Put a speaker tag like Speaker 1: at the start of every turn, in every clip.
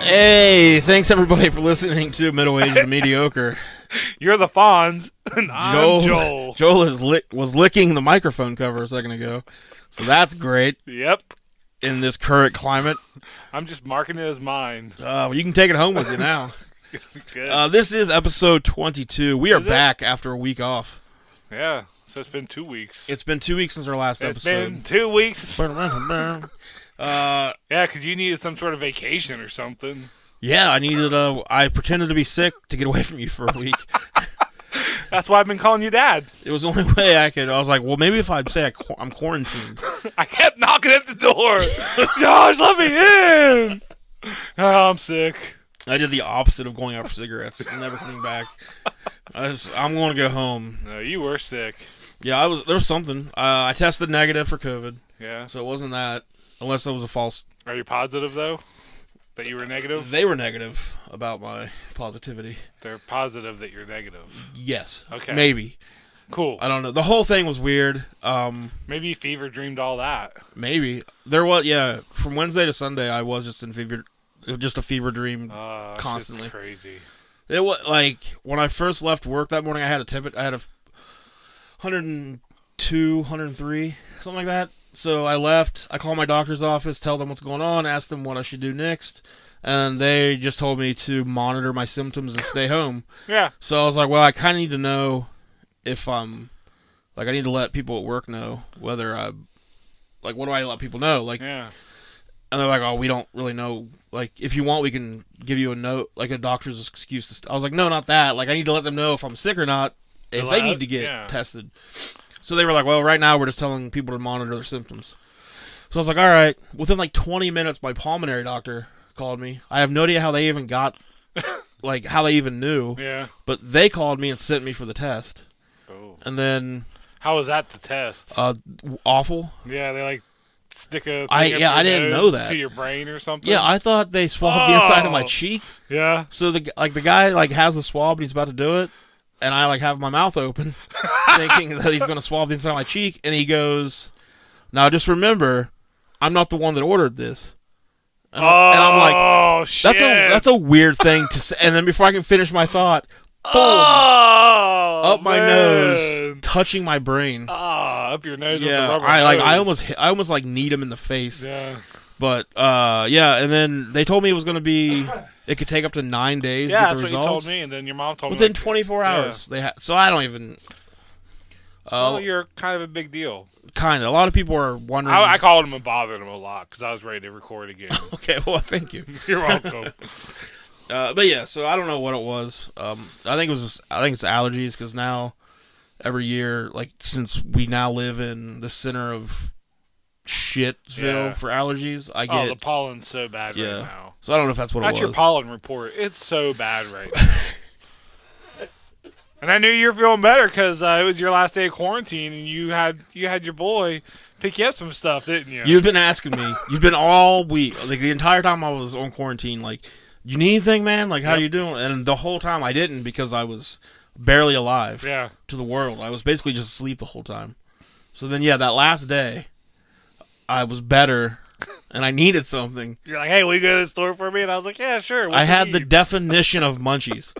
Speaker 1: Hey, thanks everybody for listening to Middle Aged and Mediocre.
Speaker 2: You're the Fonz, and I'm Joel.
Speaker 1: Joel is lick was licking the microphone cover a second ago, so that's great
Speaker 2: Yep,
Speaker 1: in this current climate.
Speaker 2: I'm just marking it as mine.
Speaker 1: Uh, you can take it home with you now.
Speaker 2: Good.
Speaker 1: Uh, this is episode 22. We are
Speaker 2: Is it?
Speaker 1: back after a week off.
Speaker 2: yeah, so it's been two weeks.
Speaker 1: It's been two weeks since our last
Speaker 2: It's been
Speaker 1: episode.
Speaker 2: two weeks.
Speaker 1: uh,
Speaker 2: Yeah, because you needed some sort of vacation or something.
Speaker 1: yeah, I needed. Uh, I pretended to be sick to get away from you for a week.
Speaker 2: That's why I've been calling you Dad.
Speaker 1: it was the only way I could. I was like, well, maybe if I say I qu- I'm quarantined.
Speaker 2: I kept knocking at the door. Josh, let me in. Oh, I'm sick.
Speaker 1: I did the opposite of going out for cigarettes, and never coming back. I just, I'm going to go home.
Speaker 2: No, you were sick.
Speaker 1: Yeah, I was. There was something. Uh, I tested negative for COVID,
Speaker 2: Yeah.
Speaker 1: so it wasn't that. Unless that was a false.
Speaker 2: Are you positive though? That you were negative?
Speaker 1: They were negative about my positivity.
Speaker 2: They're positive that you're negative.
Speaker 1: Yes.
Speaker 2: Okay.
Speaker 1: Maybe.
Speaker 2: Cool.
Speaker 1: I don't know. The whole thing was weird. Um,
Speaker 2: Maybe fever dreamed all that.
Speaker 1: maybe there was. Yeah, from Wednesday to Sunday, I was just in fever, just a fever dream.
Speaker 2: Uh,
Speaker 1: Constantly.
Speaker 2: crazy.
Speaker 1: It was like when I first left work that morning. I had a temp. I had a 102, 103, something like that. So I left. I called my doctor's office, tell them what's going on, asked them what I should do next, and they just told me to monitor my symptoms and stay home.
Speaker 2: Yeah.
Speaker 1: So I was like, well, I kind of need to know if I'm like I need to let people at work know whether I like what do I let people know like
Speaker 2: Yeah.
Speaker 1: and they're like, "Oh, we don't really know. Like, if you want, we can give you a note, like a doctor's excuse." To st-. I was like, "No, not that. Like, I need to let them know if I'm sick or not, if they
Speaker 2: Allowed?
Speaker 1: need to get
Speaker 2: Yeah.
Speaker 1: tested." So they were like, "Well, right now we're just telling people to monitor their symptoms." So I was like, "All right." Within like 20 minutes, my pulmonary doctor called me. I have no idea how they even got, like, how they even knew,
Speaker 2: Yeah.
Speaker 1: but they called me and sent me for the test.
Speaker 2: Oh.
Speaker 1: And then,
Speaker 2: How was that the test?
Speaker 1: uh, awful.
Speaker 2: yeah, they like stick a. Thing
Speaker 1: I-
Speaker 2: up
Speaker 1: yeah,
Speaker 2: your
Speaker 1: I didn't
Speaker 2: nose
Speaker 1: know that.
Speaker 2: To your brain or something.
Speaker 1: Yeah, I thought they swabbed the inside of my
Speaker 2: Oh.
Speaker 1: cheek.
Speaker 2: yeah.
Speaker 1: So the g- like the guy like has the swab and he's about to do it, and I like have my mouth open, thinking that he's gonna swab the inside of my cheek, and he goes, "Now just remember, I'm not the one that ordered this." And, I, and I'm like,
Speaker 2: oh shit.
Speaker 1: "That's a that's a weird thing to say." And then before I can finish my thought, boom,
Speaker 2: oh,
Speaker 1: up my nose,
Speaker 2: man.
Speaker 1: touching my brain.
Speaker 2: Ah, up your nose. with the
Speaker 1: yeah,
Speaker 2: rubber
Speaker 1: I like I
Speaker 2: hose.
Speaker 1: almost hit, I almost like need him in the face.
Speaker 2: Yeah.
Speaker 1: But uh, yeah, and then they told me it was gonna be it could take up to nine days.
Speaker 2: Yeah,
Speaker 1: to get
Speaker 2: that's
Speaker 1: the
Speaker 2: what you
Speaker 1: results.
Speaker 2: told me, and then your mom told
Speaker 1: within
Speaker 2: me. like,
Speaker 1: 24 hours they ha- so i don't even
Speaker 2: well,
Speaker 1: uh,
Speaker 2: "Oh, you're kind of a big deal.
Speaker 1: kind of a lot of people are wondering
Speaker 2: I, I called him and bothered him a lot because I was ready to record again.
Speaker 1: okay well thank you
Speaker 2: you're welcome.
Speaker 1: uh, but yeah so i don't know what it was um, i think it was just, i think it's allergies because now every year like since we now live in the center of shitville
Speaker 2: Yeah.
Speaker 1: for allergies i
Speaker 2: oh,
Speaker 1: get
Speaker 2: the pollen's so bad
Speaker 1: yeah
Speaker 2: right now.
Speaker 1: so i don't know if that's what
Speaker 2: That's
Speaker 1: it
Speaker 2: your
Speaker 1: was
Speaker 2: pollen report. It's so bad right now. and I knew you were feeling better because uh, it was your last day of quarantine, and you had you had your boy pick you up some stuff, didn't you?
Speaker 1: You've been asking me. You've been all week, like the entire time I was on quarantine. Like, you need anything, man? Like, how you doing? And the whole time I didn't because I was barely alive
Speaker 2: yeah.
Speaker 1: to the world. I was basically just asleep the whole time. So then, yeah, that last day, I was better, and I needed something.
Speaker 2: You're like, hey, will you go to the store for me? And I was like, yeah, sure. What
Speaker 1: I
Speaker 2: do
Speaker 1: had
Speaker 2: you
Speaker 1: the
Speaker 2: need?"
Speaker 1: definition of munchies.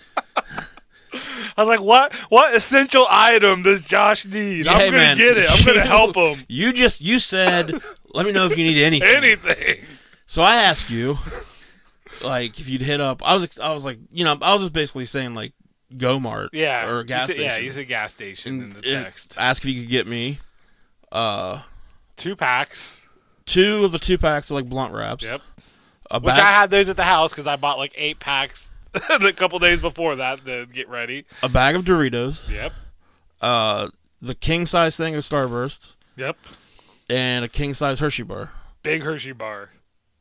Speaker 2: I was like, what? What essential item does Josh need?
Speaker 1: Yeah,
Speaker 2: I'm gonna
Speaker 1: man.
Speaker 2: get it. I'm gonna help him.
Speaker 1: You just you said, let me know if you need anything.
Speaker 2: Anything.
Speaker 1: So I asked you, like, if you'd hit up. I was, ex- I was like, you know, I was just basically saying like, Go Mart,
Speaker 2: Yeah.
Speaker 1: or a gas
Speaker 2: you said,
Speaker 1: station.
Speaker 2: Yeah, you said gas station in the
Speaker 1: And
Speaker 2: text.
Speaker 1: Ask if you could get me, uh,
Speaker 2: Two packs.
Speaker 1: two of the two packs of like blunt wraps.
Speaker 2: Yep.
Speaker 1: A
Speaker 2: Which
Speaker 1: bag,
Speaker 2: I had those at the house because I bought like eight packs a couple days before that to get ready.
Speaker 1: a bag of Doritos.
Speaker 2: Yep.
Speaker 1: Uh, the king size thing of Starburst.
Speaker 2: Yep.
Speaker 1: And a king size Hershey bar.
Speaker 2: Big Hershey bar.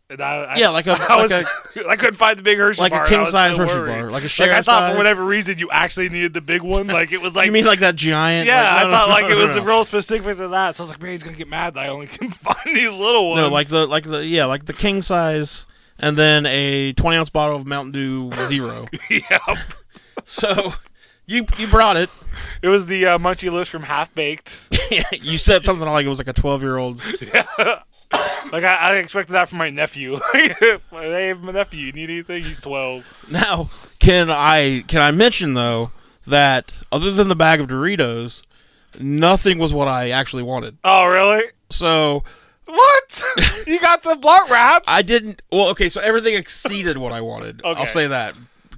Speaker 2: And I, I,
Speaker 1: Yeah, like a
Speaker 2: I
Speaker 1: like
Speaker 2: was,
Speaker 1: a
Speaker 2: I couldn't find the big Hershey
Speaker 1: like
Speaker 2: bar.
Speaker 1: a
Speaker 2: and I
Speaker 1: king
Speaker 2: was
Speaker 1: size
Speaker 2: so
Speaker 1: Hershey
Speaker 2: worried.
Speaker 1: bar, like a
Speaker 2: Like
Speaker 1: share
Speaker 2: I thought
Speaker 1: size.
Speaker 2: for whatever reason you actually needed the big one. Like it was like
Speaker 1: You mean like that giant?
Speaker 2: yeah,
Speaker 1: like, no,
Speaker 2: I thought
Speaker 1: no,
Speaker 2: like
Speaker 1: no,
Speaker 2: it
Speaker 1: no,
Speaker 2: was
Speaker 1: no.
Speaker 2: real specific to that. So I was like, man, he's gonna get mad that I only can find these little ones.
Speaker 1: No, like the like the yeah, like the king size, and then a twenty ounce bottle of Mountain Dew Zero.
Speaker 2: yep.
Speaker 1: so You you brought it.
Speaker 2: It was the uh, munchie list from Half Baked.
Speaker 1: you said something like it was like a twelve year old's.
Speaker 2: Like I, I expected that from my nephew. hey, my nephew, you need anything? He's twelve.
Speaker 1: Now, can I can I mention though that other than the bag of Doritos, nothing was what I actually wanted.
Speaker 2: Oh, really?
Speaker 1: So
Speaker 2: What? you got the blunt wraps?
Speaker 1: I didn't. Well, okay, so everything exceeded what I wanted.
Speaker 2: Okay.
Speaker 1: I'll say that,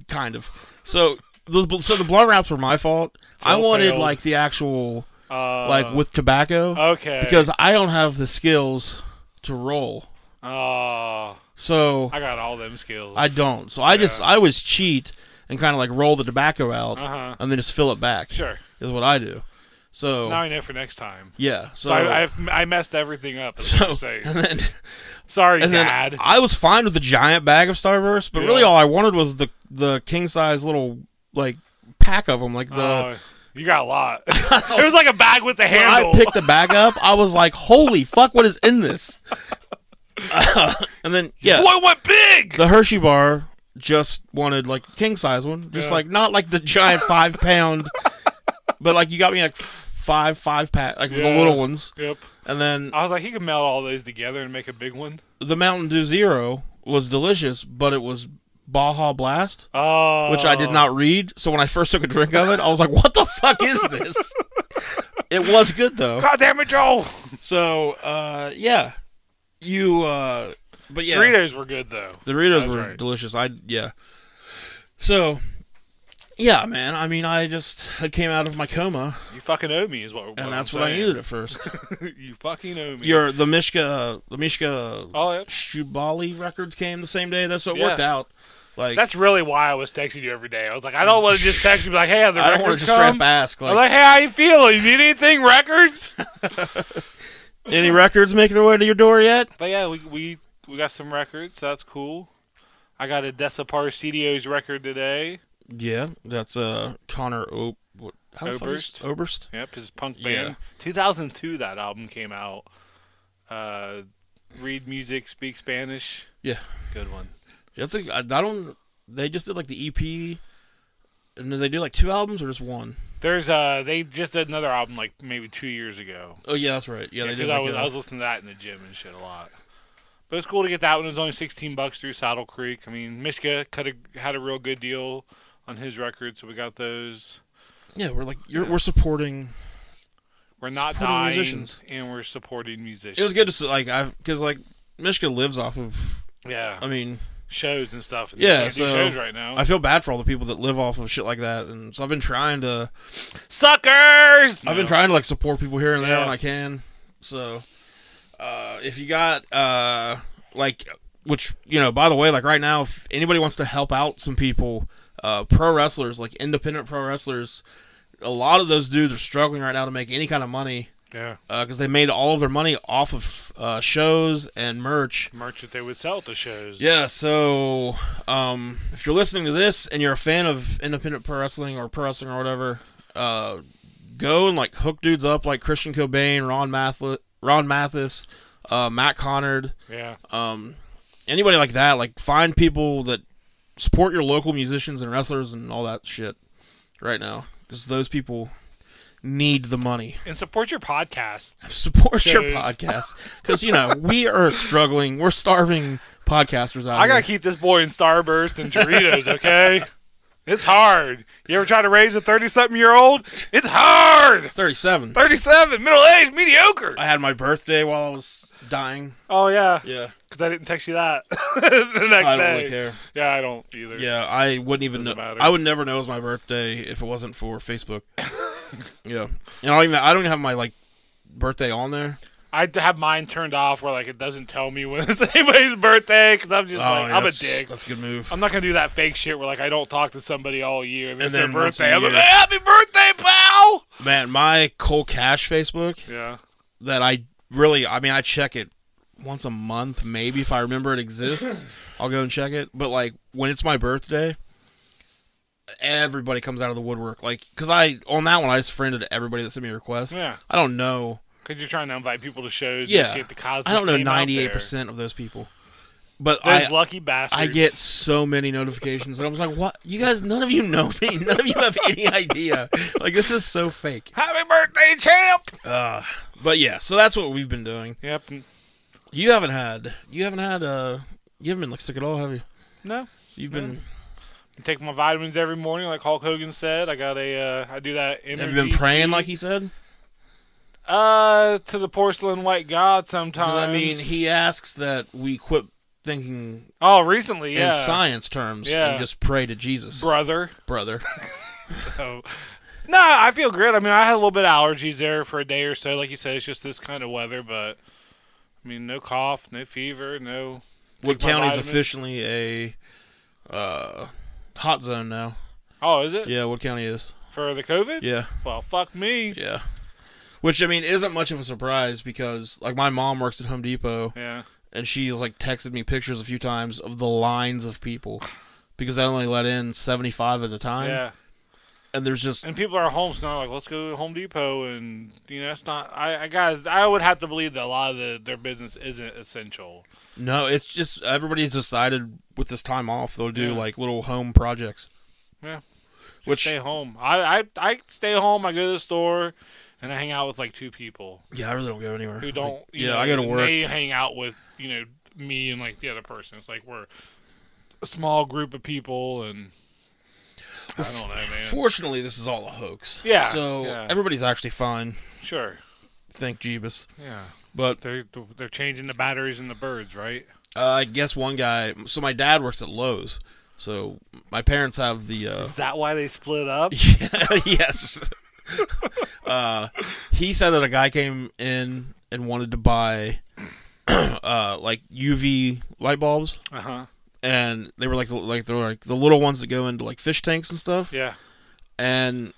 Speaker 1: kind of. So the so the blunt wraps were my fault. I
Speaker 2: Phil
Speaker 1: wanted
Speaker 2: failed.
Speaker 1: like the actual
Speaker 2: Uh,
Speaker 1: like with tobacco
Speaker 2: okay
Speaker 1: because I don't have the skills to roll.
Speaker 2: oh,
Speaker 1: So
Speaker 2: I got all them skills.
Speaker 1: I don't. So I just I always cheat and kind of like roll the tobacco out
Speaker 2: Uh-huh.
Speaker 1: and then just fill it back.
Speaker 2: Sure.
Speaker 1: is what I do. So
Speaker 2: Now I know for next time.
Speaker 1: yeah, so,
Speaker 2: So I, I've, I messed everything up. is what
Speaker 1: so
Speaker 2: I'm saying.
Speaker 1: and then
Speaker 2: Sorry,
Speaker 1: and then
Speaker 2: Dad.
Speaker 1: I was fine with the giant bag of Starburst, but really
Speaker 2: Yeah.
Speaker 1: all I wanted was the the king size little like pack of them. Like the
Speaker 2: oh, you got a lot. it was like a bag with a
Speaker 1: when I
Speaker 2: handle.
Speaker 1: picked the bag up, I was like, holy fuck, what is in this? and then yeah,
Speaker 2: Boy, went big.
Speaker 1: the Hershey bar just wanted like king size one, just
Speaker 2: Yeah.
Speaker 1: like not like the giant five pound, but like you got me like five five pack like the
Speaker 2: Yeah.
Speaker 1: little ones,
Speaker 2: yep.
Speaker 1: and then
Speaker 2: I was like, he could melt all those together and make a big one.
Speaker 1: the Mountain Dew Zero was delicious, but it was Baja Blast,
Speaker 2: Oh,
Speaker 1: which I did not read. So when I first took a drink of it, I was like, "What the fuck is this?" it was good though.
Speaker 2: God damn it, Joel.
Speaker 1: So uh, yeah, you. Uh, but yeah,
Speaker 2: Doritos were good though.
Speaker 1: the Doritos
Speaker 2: That's
Speaker 1: were
Speaker 2: right.
Speaker 1: delicious. I yeah. So yeah, man. I mean, I just I came out of my coma,
Speaker 2: You fucking owe me, is what.
Speaker 1: and that's what I needed at first.
Speaker 2: needed. you fucking owe me.
Speaker 1: Your the Mishka the Mishka
Speaker 2: oh, yeah.
Speaker 1: Shubali records came the same day. That's what
Speaker 2: Yeah.
Speaker 1: worked out. Like
Speaker 2: That's really why I was texting you every day. I was like, I don't want to just text you, be like, hey, have the
Speaker 1: I
Speaker 2: records
Speaker 1: don't want to just
Speaker 2: come?
Speaker 1: straight up ask
Speaker 2: I'm
Speaker 1: like
Speaker 2: like, hey, how you feeling? You need anything? Records?
Speaker 1: any records making their way to your door yet?
Speaker 2: but yeah, we, we we got some records. So that's cool. I got a Desapar Studios record today.
Speaker 1: Yeah, that's uh Connor Op what how the fuck is-
Speaker 2: Oberst?
Speaker 1: Oberst.
Speaker 2: Yep, his punk
Speaker 1: Yeah.
Speaker 2: band. 2002, that album came out. Uh, read music, speak Spanish.
Speaker 1: Yeah.
Speaker 2: Good one.
Speaker 1: That's a I, I don't they just did like the EP and did they do like two albums or just one?
Speaker 2: There's uh, they just did another album like maybe two years ago.
Speaker 1: Oh yeah, that's right. Yeah, they
Speaker 2: because
Speaker 1: did
Speaker 2: I
Speaker 1: like,
Speaker 2: was,
Speaker 1: a-
Speaker 2: I was listening to that in the gym and shit a lot. But it's cool to get that one. It was only sixteen bucks through Saddle Creek. I mean, Mishka cut a, had a real good deal on his record, so we got those.
Speaker 1: Yeah, we're like you're, we're supporting
Speaker 2: We're not
Speaker 1: Supporting
Speaker 2: dying,
Speaker 1: musicians.
Speaker 2: and we're supporting musicians.
Speaker 1: It was good to see like I cuz like Mishka lives off of
Speaker 2: yeah,
Speaker 1: I mean,
Speaker 2: shows and stuff. And
Speaker 1: Yeah,
Speaker 2: they can't do
Speaker 1: so-
Speaker 2: shows right now.
Speaker 1: I feel bad for all the people that live off of shit like that and so I've been trying to
Speaker 2: Suckers.
Speaker 1: I've been trying to like support people here and there
Speaker 2: Yeah.
Speaker 1: when I can. So, uh, if you got uh, like, which you know, by the way, like right now, if anybody wants to help out some people, uh, pro wrestlers, like independent pro wrestlers, a lot of those dudes are struggling right now to make any kind of money
Speaker 2: Yeah,
Speaker 1: because they made all of their money off of uh, shows and merch.
Speaker 2: merch that they would sell at the shows.
Speaker 1: Yeah, so um, if you're listening to this and you're a fan of independent pro wrestling or pro wrestling or whatever, uh, go and like hook dudes up like Christian Cobain, Ron Mathis, Ron Mathis, uh, Matt Connard,
Speaker 2: yeah.
Speaker 1: um, anybody like that. Like find people that support your local musicians and wrestlers and all that shit right now because those people need the money.
Speaker 2: And support your podcast.
Speaker 1: Support your
Speaker 2: Shows.
Speaker 1: podcast because you know we are struggling, we're starving podcasters out
Speaker 2: I
Speaker 1: here.
Speaker 2: gotta keep this boy in Starburst and Doritos, okay? It's hard. You ever try to raise a thirty-something-year-old? It's hard.
Speaker 1: 37.
Speaker 2: Thirty-seven, middle-aged, mediocre.
Speaker 1: I had my birthday while I was dying.
Speaker 2: Oh yeah,
Speaker 1: Yeah.
Speaker 2: because I didn't text you that the next
Speaker 1: I don't
Speaker 2: day.
Speaker 1: really care.
Speaker 2: Yeah, I don't either.
Speaker 1: Yeah, I wouldn't even know.
Speaker 2: Doesn't matter.
Speaker 1: I would never know it was my birthday if it wasn't for Facebook. yeah. And I don't even I don't even have my like birthday on there.
Speaker 2: I d- have mine turned off where like it doesn't tell me when it's anybody's birthday because I'm just like
Speaker 1: yeah,
Speaker 2: I'm a
Speaker 1: Oh, that's-
Speaker 2: dick.
Speaker 1: That's a good move.
Speaker 2: I'm not gonna do that fake shit where like I don't talk to somebody all year. And it's
Speaker 1: then
Speaker 2: their
Speaker 1: once a
Speaker 2: birthday. I'm like,
Speaker 1: year-
Speaker 2: "Hey, happy birthday, pal.
Speaker 1: Man, my Cole Cash Facebook
Speaker 2: Yeah.
Speaker 1: that I really I mean I check it once a month maybe if I remember it exists. I'll go and check it, but like when it's my birthday everybody comes out of the woodwork like cuz I on that one I just friended everybody that sent me a request.
Speaker 2: Yeah.
Speaker 1: I don't know.
Speaker 2: Because you're trying to invite people to shows.
Speaker 1: Yeah.
Speaker 2: Just get the cosmic
Speaker 1: I don't know
Speaker 2: name out there.
Speaker 1: 98% of those people. But
Speaker 2: Those
Speaker 1: I,
Speaker 2: lucky bastards.
Speaker 1: I get so many notifications, and I was like, "What? You guys? None of you know me. None of you have any idea. Like this is so fake."
Speaker 2: Happy birthday, champ!
Speaker 1: Uh, but yeah, so that's what we've been doing.
Speaker 2: Yep.
Speaker 1: You haven't had. You haven't had. Uh, you haven't been like sick at all, have you?
Speaker 2: No.
Speaker 1: You've been.
Speaker 2: I take my vitamins every morning, like Hulk Hogan said. I got a. Uh, I do that. Energy
Speaker 1: Have you been praying
Speaker 2: seed.
Speaker 1: like he said?
Speaker 2: Uh, to the porcelain white god sometimes.
Speaker 1: Because I mean, he asks that we quit thinking
Speaker 2: Oh, recently, yeah,
Speaker 1: in science terms
Speaker 2: Yeah.
Speaker 1: and just pray to Jesus,
Speaker 2: brother.
Speaker 1: brother.
Speaker 2: So, no, I feel great. I mean, I had a little bit of allergies there for a day or so. Like you said, it's just this kind of weather, but I mean, no cough, no fever, no.
Speaker 1: Wood
Speaker 2: Take my
Speaker 1: County is
Speaker 2: vitamins.
Speaker 1: officially a uh, hot zone now.
Speaker 2: Oh, is it
Speaker 1: Yeah, Wood County is.
Speaker 2: for the COVID?
Speaker 1: Yeah,
Speaker 2: Well, fuck me.
Speaker 1: yeah. Which I mean isn't much of a surprise because like my mom works at Home Depot
Speaker 2: Yeah.
Speaker 1: and she's like texted me pictures a few times of the lines of people because I only let in 75 at a time
Speaker 2: Yeah,
Speaker 1: and there's just
Speaker 2: and people are at home, so not like let's go to Home Depot, and you know it's not. I, I guys, I would have to believe that a lot of the, their business isn't essential.
Speaker 1: no, it's just everybody's decided with this time off they'll do
Speaker 2: Yeah.
Speaker 1: like little home projects.
Speaker 2: Yeah. Just
Speaker 1: Which
Speaker 2: stay home. I, I I stay home. I go to the store, and I hang out with like two people
Speaker 1: yeah, I really don't go anywhere.
Speaker 2: who
Speaker 1: Like,
Speaker 2: don't. you
Speaker 1: yeah,
Speaker 2: know,
Speaker 1: I go to work.
Speaker 2: They hang out with you know me and like the other person. It's like we're a small group of people, and I don't know, man.
Speaker 1: Fortunately, this is all a hoax.
Speaker 2: Yeah,
Speaker 1: So
Speaker 2: yeah.
Speaker 1: everybody's actually fine.
Speaker 2: Sure.
Speaker 1: Thank Jeebus.
Speaker 2: Yeah.
Speaker 1: But
Speaker 2: They're they're changing the batteries in the birds, right?
Speaker 1: uh, I guess one guy. So my dad works at Lowe's. So my parents have the. Uh,
Speaker 2: Is that why they split up?
Speaker 1: yes. uh, he said that a guy came in and wanted to buy, uh, like UV light bulbs,
Speaker 2: Uh huh.
Speaker 1: and they were like the, like they were like the little ones that go into like fish tanks and stuff.
Speaker 2: Yeah.
Speaker 1: and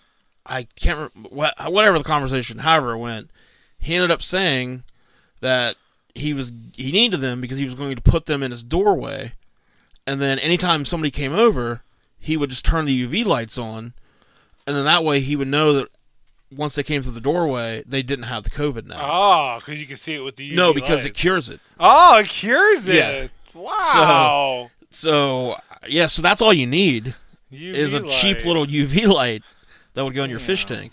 Speaker 1: I can't remember what, whatever the conversation, however it went, he ended up saying that he was he needed them because he was going to put them in his doorway, and then anytime somebody came over, he would just turn the UV lights on, and then that way he would know that once they came through the doorway, they didn't have the COVID now.
Speaker 2: Oh, because you can see it with the UV
Speaker 1: no, because it
Speaker 2: lights.
Speaker 1: cures it.
Speaker 2: oh, it cures it.
Speaker 1: Yeah.
Speaker 2: Wow.
Speaker 1: So yeah, so that's all you need
Speaker 2: UV
Speaker 1: is a cheap
Speaker 2: light.
Speaker 1: little UV light that would go in your fish
Speaker 2: Yeah.
Speaker 1: tank.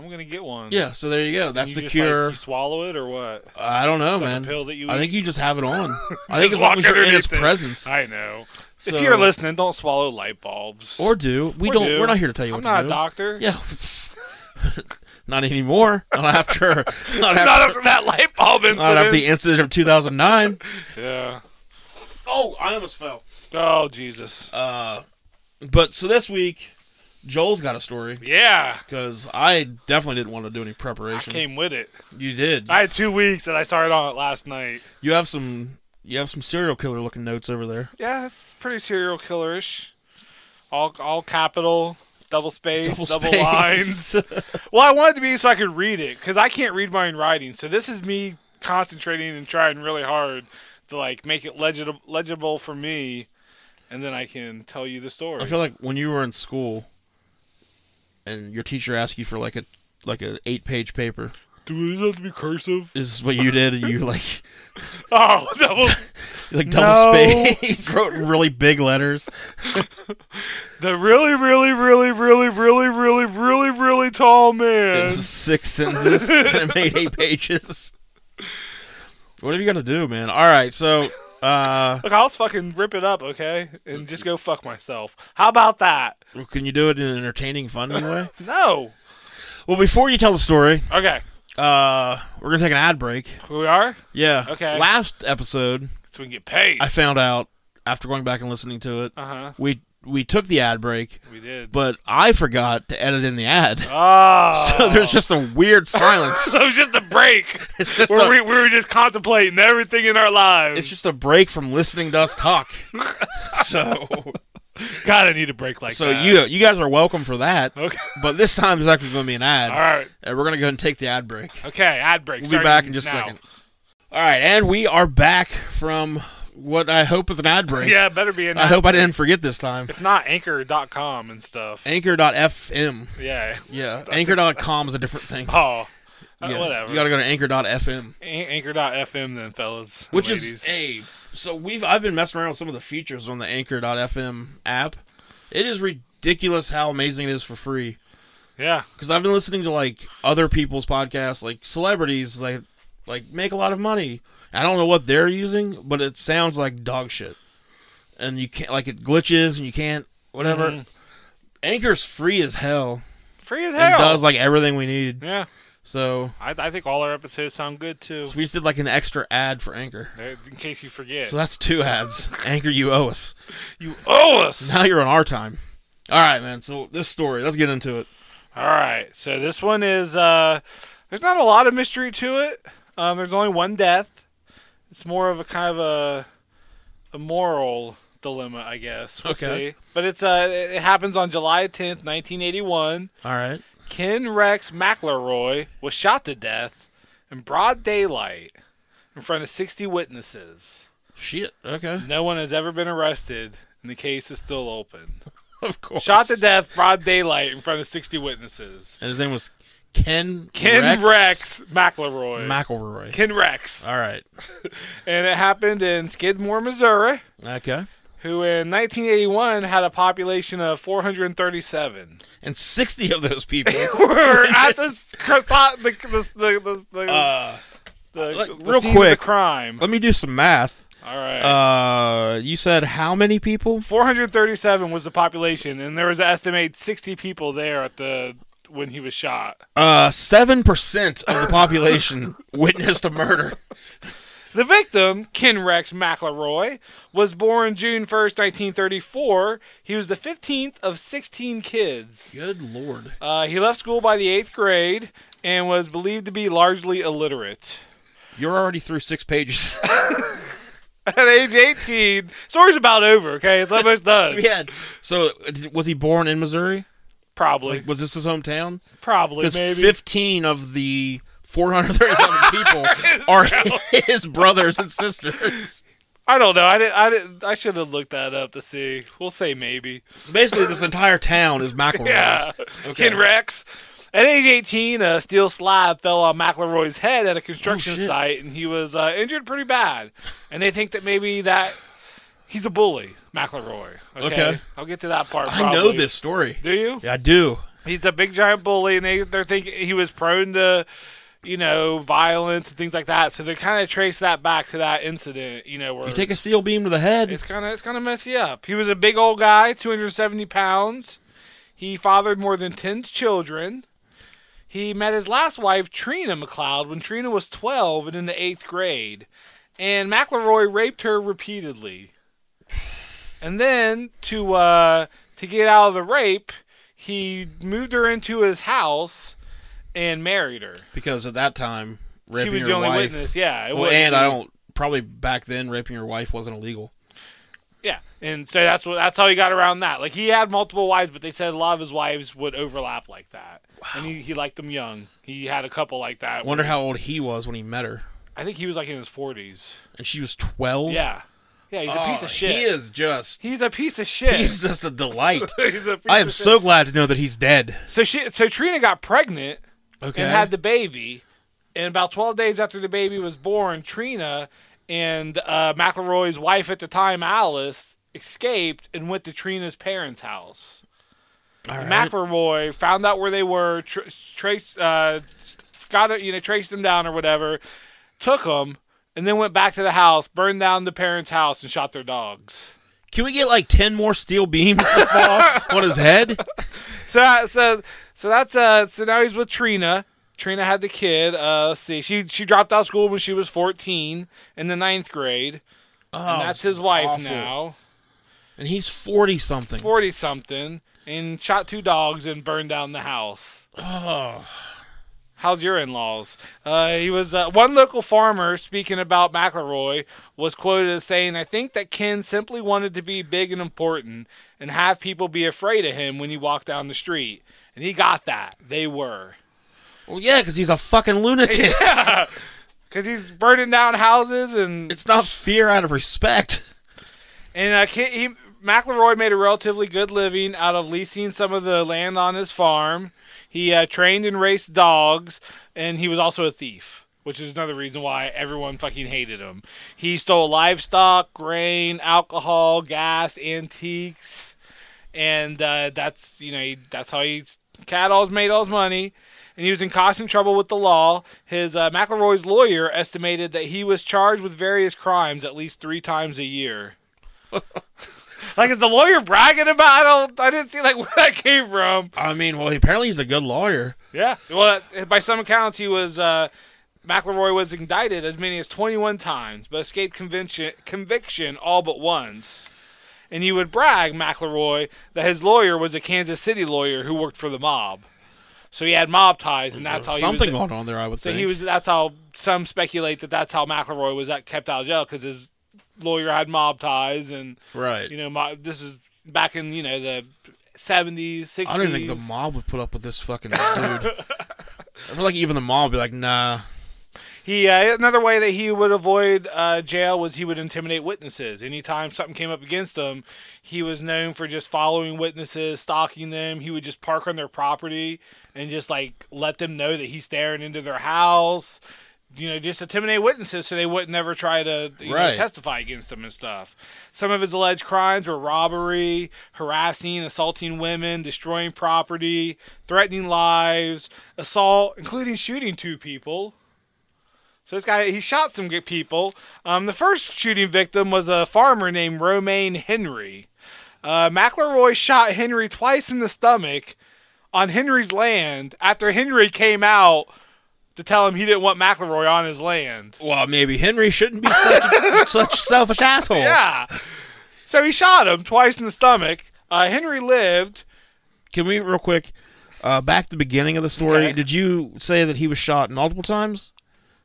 Speaker 2: I'm gonna get one.
Speaker 1: Yeah, so there you go. That's
Speaker 2: You
Speaker 1: the
Speaker 2: just, like,
Speaker 1: cure.
Speaker 2: you swallow it or what?
Speaker 1: I don't know,
Speaker 2: It's like a
Speaker 1: man.
Speaker 2: pill that you
Speaker 1: I
Speaker 2: eat.
Speaker 1: think you just have it on. I think as
Speaker 2: Just
Speaker 1: long as
Speaker 2: walk
Speaker 1: you're in his
Speaker 2: underneath it.
Speaker 1: presence,
Speaker 2: I know.
Speaker 1: So-
Speaker 2: if you're listening, don't swallow light bulbs.
Speaker 1: or do we
Speaker 2: Or
Speaker 1: don't?
Speaker 2: do.
Speaker 1: We're not here to tell you
Speaker 2: I'm
Speaker 1: what
Speaker 2: not
Speaker 1: to
Speaker 2: a
Speaker 1: do.
Speaker 2: doctor.
Speaker 1: Yeah, not anymore. Not after. Not after.
Speaker 2: Not after that light bulb
Speaker 1: not after the incident
Speaker 2: incident.
Speaker 1: of 2009.
Speaker 2: yeah.
Speaker 1: oh, I almost fell.
Speaker 2: Oh Jesus.
Speaker 1: Uh, but so this week, Joel's got a story
Speaker 2: Yeah.
Speaker 1: because I definitely didn't want to do any
Speaker 2: I
Speaker 1: preparation.
Speaker 2: came with it.
Speaker 1: You did.
Speaker 2: I had two weeks and I started on it last night.
Speaker 1: you have some. You have some serial killer looking notes over there.
Speaker 2: Yeah, it's pretty serial killerish. All all capital, double space, double,
Speaker 1: space.
Speaker 2: lines. Well, I wanted to be so I could read it because I can't read mine writing. So this is me concentrating and trying really hard to like make it legible legible for me, and then I can tell you the story.
Speaker 1: I feel like when you were in school, and your teacher asked you for like a like a eight page paper,
Speaker 2: Do these have to be cursive?
Speaker 1: this is what you did, and you like
Speaker 2: Oh, double.
Speaker 1: you, like double
Speaker 2: No.
Speaker 1: space, wrote in really big letters.
Speaker 2: the really, really, really, really, really, really, really, really tall
Speaker 1: It
Speaker 2: man.
Speaker 1: was six sentences and it made eight pages. What have you got to do, man? All right, so uh,
Speaker 2: Look, I'll just fucking rip it up, okay, and just go fuck myself. How about that?
Speaker 1: can you do it in an entertaining, fun way?
Speaker 2: No.
Speaker 1: Well, before you tell the story,
Speaker 2: Okay,
Speaker 1: uh, we're gonna take an ad break.
Speaker 2: here we are,
Speaker 1: Yeah.
Speaker 2: Okay.
Speaker 1: Last episode,
Speaker 2: so we can get paid.
Speaker 1: I found out after going back and listening to it,
Speaker 2: Uh huh.
Speaker 1: we we took the ad break.
Speaker 2: We did.
Speaker 1: but I forgot to edit in the ad.
Speaker 2: Oh.
Speaker 1: So there's just a weird silence.
Speaker 2: So it was just a break
Speaker 1: It's just
Speaker 2: where
Speaker 1: a-
Speaker 2: we, we were just contemplating everything in our lives.
Speaker 1: it's just a break from listening to us talk. So
Speaker 2: God, I need a break like
Speaker 1: so
Speaker 2: that.
Speaker 1: you you guys are welcome for that.
Speaker 2: Okay.
Speaker 1: But this time there's actually going to be an ad.
Speaker 2: All right.
Speaker 1: And we're going to go and take the ad break.
Speaker 2: Okay. Ad break.
Speaker 1: We'll be
Speaker 2: starting
Speaker 1: back in just a
Speaker 2: now.
Speaker 1: second. All right, and we are back from what I hope is an ad break.
Speaker 2: Yeah, it better be in.
Speaker 1: I hope I didn't forget this time.
Speaker 2: If not, anchor.com and stuff.
Speaker 1: Anchor.fm.
Speaker 2: yeah.
Speaker 1: Yeah. Anchor.com is a different thing.
Speaker 2: Oh. Uh,
Speaker 1: Yeah.
Speaker 2: Whatever.
Speaker 1: You got to go to anchor.fm.
Speaker 2: A- Anchor.fm then, fellas. and
Speaker 1: Which
Speaker 2: ladies.
Speaker 1: is a so we've I've been messing around with some of the features on the anchor.fm app. It is ridiculous how amazing it is for free.
Speaker 2: yeah.
Speaker 1: Because I've been listening to like other people's podcasts, like celebrities like like make a lot of money. I don't know what they're using, but it sounds like dog shit. And you can't like it glitches and you can't whatever.
Speaker 2: Mhm.
Speaker 1: Anchor's free as hell.
Speaker 2: Free as
Speaker 1: It
Speaker 2: hell.
Speaker 1: does like everything we need.
Speaker 2: yeah.
Speaker 1: So,
Speaker 2: I, I think all our episodes sound good too.
Speaker 1: so we just did like an extra ad for Anchor.
Speaker 2: Uh, In case you forget,
Speaker 1: So that's two ads. Anchor, you owe us.
Speaker 2: you owe us.
Speaker 1: Now you're on our time. All right, man. So this story, let's get into it.
Speaker 2: All right. So this one is uh there's not a lot of mystery to it. Um there's only one death. It's more of a kind of a a moral dilemma, I guess. We'll
Speaker 1: Okay.
Speaker 2: see. But it's uh it it happens on July 10th, 1981.
Speaker 1: All right.
Speaker 2: Ken Rex McElroy was shot to death in broad daylight in front of 60 witnesses.
Speaker 1: Shit. Okay.
Speaker 2: No one has ever been arrested and the case is still open.
Speaker 1: Of course.
Speaker 2: Shot to death broad daylight in front of 60 witnesses.
Speaker 1: And his name was Ken.
Speaker 2: Ken Rex,
Speaker 1: Rex,
Speaker 2: McElroy.
Speaker 1: McElroy.
Speaker 2: Ken Rex.
Speaker 1: All right.
Speaker 2: And it happened in Skidmore, Missouri,
Speaker 1: Okay.
Speaker 2: who in 1981 had a population of 437.
Speaker 1: And sixty of those people.
Speaker 2: We're at this, croissant- the, the, the, the, the,
Speaker 1: uh,
Speaker 2: the-
Speaker 1: like,
Speaker 2: the
Speaker 1: real
Speaker 2: scene of
Speaker 1: quick.
Speaker 2: the crime.
Speaker 1: let me do some math.
Speaker 2: All right.
Speaker 1: Uh, you said how many people?
Speaker 2: 437 was the population, and there was an estimated 60 people there at the when he was shot.
Speaker 1: Uh, seven percent of the population witnessed a murder.
Speaker 2: The victim, Ken Rex McElroy, was born June 1st, 1934. He was the 15th of 16 kids.
Speaker 1: Good lord.
Speaker 2: Uh, he left school by the eighth grade and was believed to be largely illiterate.
Speaker 1: You're already through six pages.
Speaker 2: At age 18, story's about over, okay? It's almost done.
Speaker 1: we had. So uh, was he born in Missouri?
Speaker 2: Probably.
Speaker 1: Like, was this his hometown?
Speaker 2: probably,
Speaker 1: Because
Speaker 2: maybe.
Speaker 1: 15 of the 437 people are his brothers and sisters.
Speaker 2: I don't know. I, did, I, did, I should have looked that up to see. We'll say maybe.
Speaker 1: Basically, this entire town is McElroy's.
Speaker 2: Yeah.
Speaker 1: Okay.
Speaker 2: Ken Rex. At age 18, a steel slab fell on McElroy's head at a construction
Speaker 1: Oh, shit.
Speaker 2: site, and he was uh, injured pretty bad. And they think that maybe that he's a bully, McElroy. Okay.
Speaker 1: Okay.
Speaker 2: I'll get to that part.
Speaker 1: I know
Speaker 2: probably.
Speaker 1: this story.
Speaker 2: Do you?
Speaker 1: Yeah, I do.
Speaker 2: He's a big giant bully, and they, they're thinking he was prone to, you know, violence and things like that. So they kind of trace that back to that incident, you know, where
Speaker 1: You take a steel beam to the head.
Speaker 2: it's kind of it's kind of messy up. He was a big old guy, 270 pounds. He fathered more than 10 children. He met his last wife, Trina McLeod, when Trina was 12 and in the eighth grade. And McElroy raped her repeatedly. And then to uh, to get out of the rape, he moved her into his house and married her.
Speaker 1: Because at that time, raping
Speaker 2: she was
Speaker 1: your
Speaker 2: the only
Speaker 1: wife.
Speaker 2: witness. Yeah, it
Speaker 1: Well,
Speaker 2: was-
Speaker 1: and I don't. Probably back then, raping your wife wasn't illegal.
Speaker 2: Yeah, and so that's what that's how he got around that. Like he had multiple wives, but they said a lot of his wives would overlap like that. And he, he liked them young. He had a couple like that.
Speaker 1: I wonder how old he was when he met her.
Speaker 2: I think he was like in his forties.
Speaker 1: And she was 12?
Speaker 2: Yeah, yeah. He's a piece
Speaker 1: Oh,
Speaker 2: of shit.
Speaker 1: He is just.
Speaker 2: He's a piece of shit.
Speaker 1: He's just a delight.
Speaker 2: He's a piece
Speaker 1: I am
Speaker 2: of
Speaker 1: so glad to know that he's dead.
Speaker 2: shit. So she so Trina got pregnant
Speaker 1: Okay.
Speaker 2: and had the baby. And about 12 days after the baby was born, Trina and uh, McElroy's wife at the time, Alice, escaped and went to Trina's parents' house.
Speaker 1: right.
Speaker 2: McElroy found out where they were, tr- traced, uh, got it, you know, traced them down or whatever, took them, and then went back to the house, burned down the parents' house, and shot their dogs.
Speaker 1: Can we get like ten more steel beams to fall on his head?
Speaker 2: So uh, so so that's uh so now he's with Trina. Trina had the kid. Uh, let's see, she she dropped out of school when she was fourteen in the ninth grade.
Speaker 1: Oh,
Speaker 2: And that's his wife
Speaker 1: awful.
Speaker 2: now,
Speaker 1: And he's forty something.
Speaker 2: forty something, and shot two dogs and burned down the house.
Speaker 1: Oh,
Speaker 2: How's your in-laws? Uh, he was uh, one local farmer speaking about McElroy was quoted as saying, "I think that Ken simply wanted to be big and important and have people be afraid of him when he walked down the street, and he got that. They were."
Speaker 1: well, yeah, because he's a fucking lunatic.
Speaker 2: because he's burning down houses and
Speaker 1: It's not fear out of respect.
Speaker 2: and uh, Ken, he, McElroy made a relatively good living out of leasing some of the land on his farm. He uh, trained and raced dogs, and he was also a thief, which is another reason why everyone fucking hated him. He stole livestock, grain, alcohol, gas, antiques, and uh, that's you know he, that's how he cat always made all his money. And he was in constant trouble with the law. His uh, McElroy's lawyer estimated that he was charged with various crimes at least three times a year. Like, is the lawyer bragging about? I don't. I didn't see like where that came from.
Speaker 1: I mean, well, apparently he's a good lawyer.
Speaker 2: Yeah. Well, by some accounts, he was uh, McElroy was indicted as many as 21 times, but escaped convention, conviction all but once. And he would brag McElroy that his lawyer was a Kansas City lawyer who worked for the mob, so he had mob ties, and that's how Oh, he was-
Speaker 1: Something going on there, I would
Speaker 2: so
Speaker 1: think.
Speaker 2: he was. That's how some speculate that that's how McElroy was at, kept out of jail because his lawyer had mob ties and
Speaker 1: right.
Speaker 2: you know, my, this is back in you know the seventies, sixties.
Speaker 1: I don't even think the mob would put up with this fucking dude. I feel like even the mob would be like, nah.
Speaker 2: He uh, another way that he would avoid uh, jail was he would intimidate witnesses. Anytime something came up against him, he was known for just following witnesses, stalking them. He would just park on their property and just like let them know that he's staring into their house. You know, just intimidate witnesses so they would never try to you know,
Speaker 1: Right.
Speaker 2: testify against him and stuff. Some of his alleged crimes were robbery, harassing, assaulting women, destroying property, threatening lives, assault, including shooting two people. So this guy, he shot some good people. Um, the first shooting victim was a farmer named Romaine Henry. Uh, McElroy shot Henry twice in the stomach on Henry's land after Henry came out to tell him he didn't want McElroy on his land.
Speaker 1: Well, maybe Henry shouldn't be such a, such a selfish asshole.
Speaker 2: Yeah. So he shot him twice in the stomach. Uh, Henry lived.
Speaker 1: Can we real quick? Uh, back to the beginning of the story.
Speaker 2: Okay.
Speaker 1: Did you say that he was shot multiple times?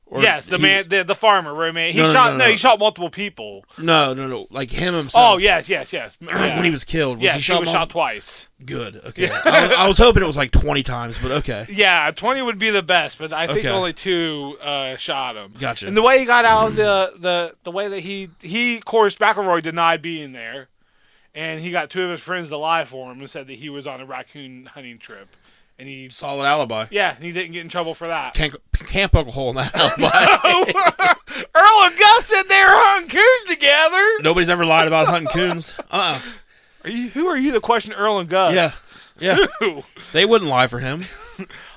Speaker 1: Or
Speaker 2: yes, the
Speaker 1: he-
Speaker 2: man, the, the farmer, Romaine. He
Speaker 1: No, no,
Speaker 2: shot. No,
Speaker 1: no, no.
Speaker 2: he shot multiple people.
Speaker 1: No, no, no. Like him himself.
Speaker 2: Oh, yes, yes, yes. Yeah.
Speaker 1: When he was killed, was
Speaker 2: yes,
Speaker 1: he shot?
Speaker 2: was
Speaker 1: multi-
Speaker 2: shot twice.
Speaker 1: Good. Okay. I, was, I was hoping it was like twenty times, but okay.
Speaker 2: Yeah, twenty would be the best, but I think
Speaker 1: Okay.
Speaker 2: only two uh, shot him.
Speaker 1: Gotcha.
Speaker 2: And the way he got out of the the the way that he he of course McElroy denied being there, and he got two of his friends to lie for him and said that he was on a raccoon hunting trip, and he
Speaker 1: Solid alibi.
Speaker 2: yeah and he didn't get in trouble for that.
Speaker 1: Can't can't poke a hole in that alibi.
Speaker 2: Earl and Gus said they were hunting coons together.
Speaker 1: Nobody's ever lied about hunting coons. Uh. uh
Speaker 2: Are you, who are you to question Earl and Gus?
Speaker 1: Yeah. Yeah.
Speaker 2: Who?
Speaker 1: They wouldn't lie for him.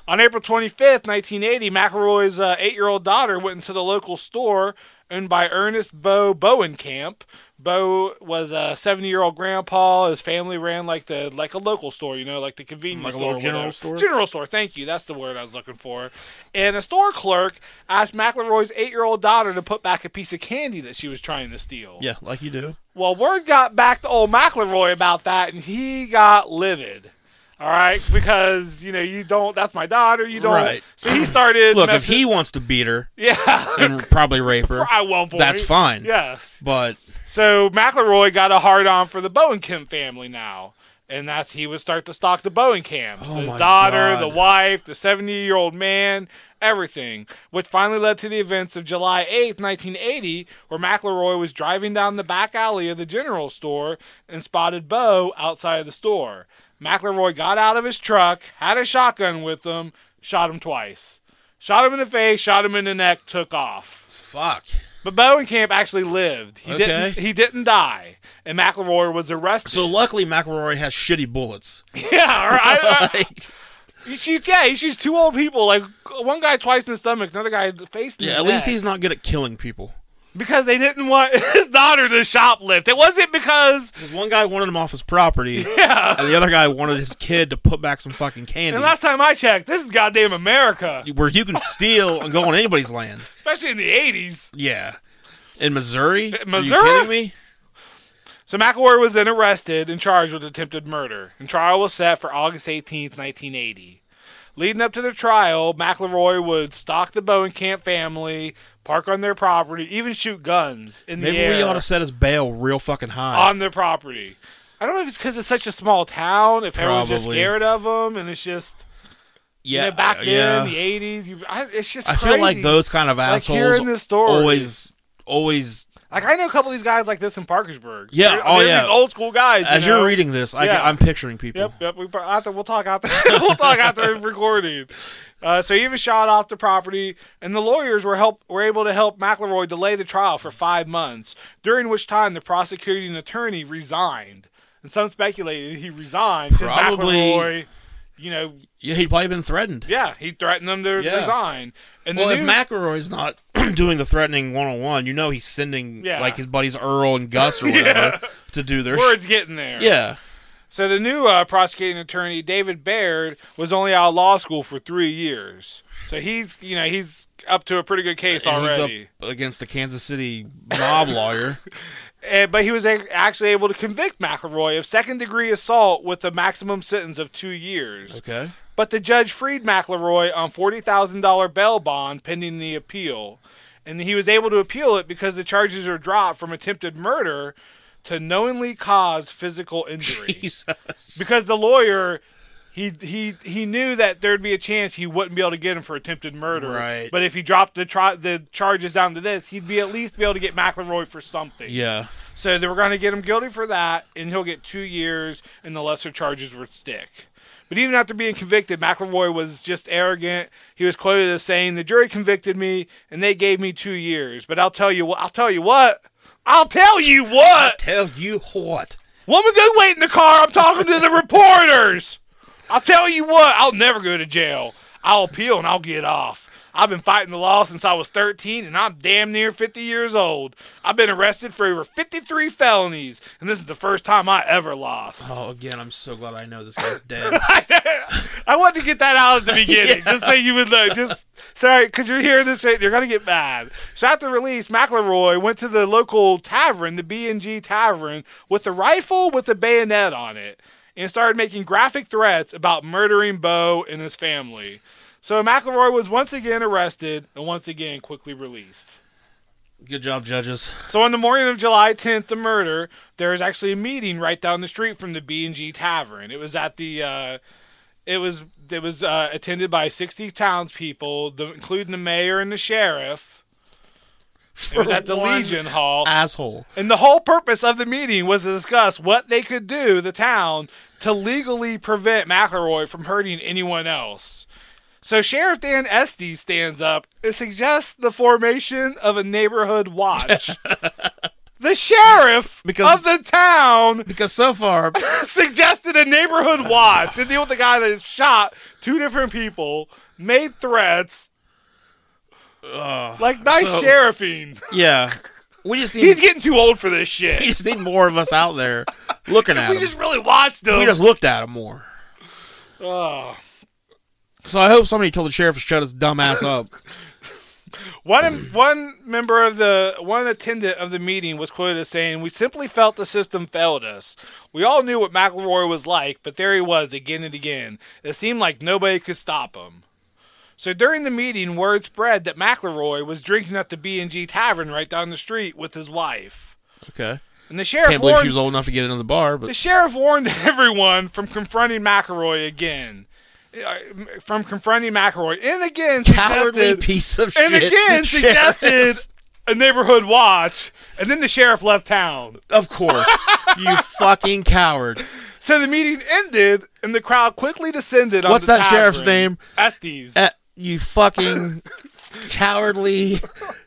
Speaker 2: On April 25th, 1980, McElroy's uh, eight year old daughter went into the local store owned by Ernest Bo Bowenkamp. Bo was a 70 year old grandpa. His family ran like the like a local store, you know, like the convenience
Speaker 1: Like a
Speaker 2: store.
Speaker 1: little
Speaker 2: or
Speaker 1: general
Speaker 2: whatever.
Speaker 1: store?
Speaker 2: General store. Thank you. That's the word I was looking for. And a store clerk asked McElroy's eight year old daughter to put back a piece of candy that she was trying to steal.
Speaker 1: Yeah, like you do.
Speaker 2: Well, word got back to old McElroy about that, and he got livid. All right, because you know you don't. That's my daughter. You don't.
Speaker 1: Right.
Speaker 2: So he started.
Speaker 1: Look, if
Speaker 2: messing,
Speaker 1: he wants to beat her
Speaker 2: yeah,
Speaker 1: and probably rape her,
Speaker 2: I won't. Boy.
Speaker 1: that's fine.
Speaker 2: Yes.
Speaker 1: But
Speaker 2: So McElroy got a hard on for the Bowen Kemp family now, and that's he would start to stalk the Bowen Camps,
Speaker 1: Oh
Speaker 2: his
Speaker 1: my
Speaker 2: daughter,
Speaker 1: God.
Speaker 2: the wife, the seventy-year-old man, everything, which finally led to the events of July eighth, nineteen eighty, where McElroy was driving down the back alley of the general store and spotted Bo outside of the store. McElroy got out of his truck, had a shotgun with him, shot him twice. Shot him in the face, shot him in the neck, took off.
Speaker 1: fuck.
Speaker 2: But Bowenkamp actually lived. He didn't.
Speaker 1: Okay.
Speaker 2: He didn't die, and McElroy was arrested.
Speaker 1: So luckily, McElroy has shitty bullets.
Speaker 2: yeah, or I, I,
Speaker 1: Like,
Speaker 2: he shoots. Yeah, he shoots two old people. Like one guy twice in the stomach, another guy in the face. In
Speaker 1: yeah,
Speaker 2: the
Speaker 1: at least
Speaker 2: neck.
Speaker 1: he's not good at killing people.
Speaker 2: because they didn't want his daughter to shoplift. It wasn't because
Speaker 1: Because one guy wanted him off his property, and the other guy wanted his kid to put back some fucking candy.
Speaker 2: and last time I checked, this is goddamn America,
Speaker 1: where you can steal and go on anybody's land.
Speaker 2: especially in the '80s.
Speaker 1: uh,
Speaker 2: Like I know a couple of these guys like this in Parkersburg.
Speaker 1: Yeah,
Speaker 2: They're-
Speaker 1: oh,
Speaker 2: they're
Speaker 1: yeah.
Speaker 2: These old school guys. you
Speaker 1: As
Speaker 2: know?
Speaker 1: you're reading this, I,
Speaker 2: Yeah.
Speaker 1: am picturing people.
Speaker 2: Yep, yep. We pro- after we'll talk after we'll talk after recording. Uh, so he was shot off the property, and the lawyers were help were able to help McElroy delay the trial for five months, during which time the prosecuting attorney resigned, and some speculated he resigned. 'cause
Speaker 1: Probably-
Speaker 2: McElroy, you know,
Speaker 1: Yeah, he'd probably been threatened.
Speaker 2: yeah, he threatened them to
Speaker 1: Yeah.
Speaker 2: resign. And
Speaker 1: Well,
Speaker 2: the
Speaker 1: if
Speaker 2: news,
Speaker 1: McElroy's not doing the threatening one on one, you know he's sending
Speaker 2: Yeah.
Speaker 1: like his buddies Earl and Gus or whatever to do their sh-
Speaker 2: words getting there.
Speaker 1: Yeah.
Speaker 2: So the new uh, prosecuting attorney, David Baird, was only out of law school for three years. So he's, you know, he's up to a pretty good case
Speaker 1: And
Speaker 2: already.
Speaker 1: He's up against the Kansas City mob lawyer.
Speaker 2: And, Eh, but he was a- actually able to convict McElroy of second degree assault with a maximum sentence of two years.
Speaker 1: Okay.
Speaker 2: But the judge freed McElroy on $40,000 bail bond pending the appeal. And he was able to appeal it because the charges are dropped from attempted murder to knowingly cause physical injury.
Speaker 1: Jesus.
Speaker 2: because the lawyer he he he knew that there'd be a chance he wouldn't be able to get him for attempted murder.
Speaker 1: Right.
Speaker 2: But if he dropped the tri- the charges down to this, he'd be at least be able to get McElroy for something.
Speaker 1: Yeah.
Speaker 2: So they were going to get him guilty for that, and he'll get two years, and the lesser charges would stick. But even after being convicted, McElroy was just arrogant. He was quoted as saying, "The jury convicted me, and they gave me two years. But I'll tell you what. I'll tell you what. I'll tell you what."
Speaker 1: Tell you what.
Speaker 2: Woman, go wait in the car. I'm talking to the reporters. I'll tell you what, I'll never go to jail. I'll appeal and I'll get off. I've been fighting the law since I was 13 and I'm damn near 50 years old. I've been arrested for over 53 felonies and this is the first time I ever lost.
Speaker 1: Oh, again, I'm so glad I know this guy's dead.
Speaker 2: I wanted to get that out at the beginning, just so you would know. Just sorry, because you're hearing this, you're gonna get mad. So after release, McElroy went to the local tavern, the B and G Tavern, with a rifle with a bayonet on it, and started making graphic threats about murdering Bo and his family. So McElroy was once again arrested and once again quickly released.
Speaker 1: Good job, judges.
Speaker 2: So on the morning of July 10th, the murder, there was actually a meeting right down the street from the B and G Tavern. It was at the, uh, it was it was uh, attended by 60 townspeople, the, including the mayor and the sheriff. It was
Speaker 1: For
Speaker 2: at the
Speaker 1: one
Speaker 2: Legion Hall,
Speaker 1: Asshole.
Speaker 2: and the whole purpose of the meeting was to discuss what they could do, the town, to legally prevent McElroy from hurting anyone else. So Sheriff Dan Estes stands up and suggests the formation of a neighborhood watch. the sheriff
Speaker 1: Because-
Speaker 2: of the town
Speaker 1: Because so far,
Speaker 2: suggested a neighborhood watch to deal with the guy that shot two different people, made threats. like nice
Speaker 1: so-
Speaker 2: sheriffing.
Speaker 1: yeah, we just need
Speaker 2: He's getting too old for this shit.
Speaker 1: we just need more of us out there looking at
Speaker 2: We
Speaker 1: him.
Speaker 2: just really watched them.
Speaker 1: we just looked at him more.
Speaker 2: Ugh.
Speaker 1: So I hope somebody told the sheriff to shut his dumb ass up.
Speaker 2: One one member of the one attendant of the meeting was quoted as saying, "We simply felt the system failed us. We all knew what McElroy was like, but there he was again and again. It seemed like nobody could stop him." So during the meeting, word spread that McElroy was drinking at the B and G Tavern right down the street with his wife,
Speaker 1: Okay.
Speaker 2: and the sheriff
Speaker 1: Can't believe
Speaker 2: warned
Speaker 1: she was old enough to get into the bar,
Speaker 2: the
Speaker 1: but
Speaker 2: sheriff warned everyone from confronting McElroy again, Uh, from confronting McElroy, and again
Speaker 1: cowardly
Speaker 2: suggested-
Speaker 1: piece of
Speaker 2: and
Speaker 1: shit.
Speaker 2: again
Speaker 1: sheriff.
Speaker 2: suggested a neighborhood watch, and then the sheriff left town.
Speaker 1: Of course. you fucking coward.
Speaker 2: So the meeting ended, and the crowd quickly descended. on
Speaker 1: What's
Speaker 2: the
Speaker 1: that sheriff's
Speaker 2: tavern.
Speaker 1: name?
Speaker 2: Estes.
Speaker 1: Eh, you fucking cowardly,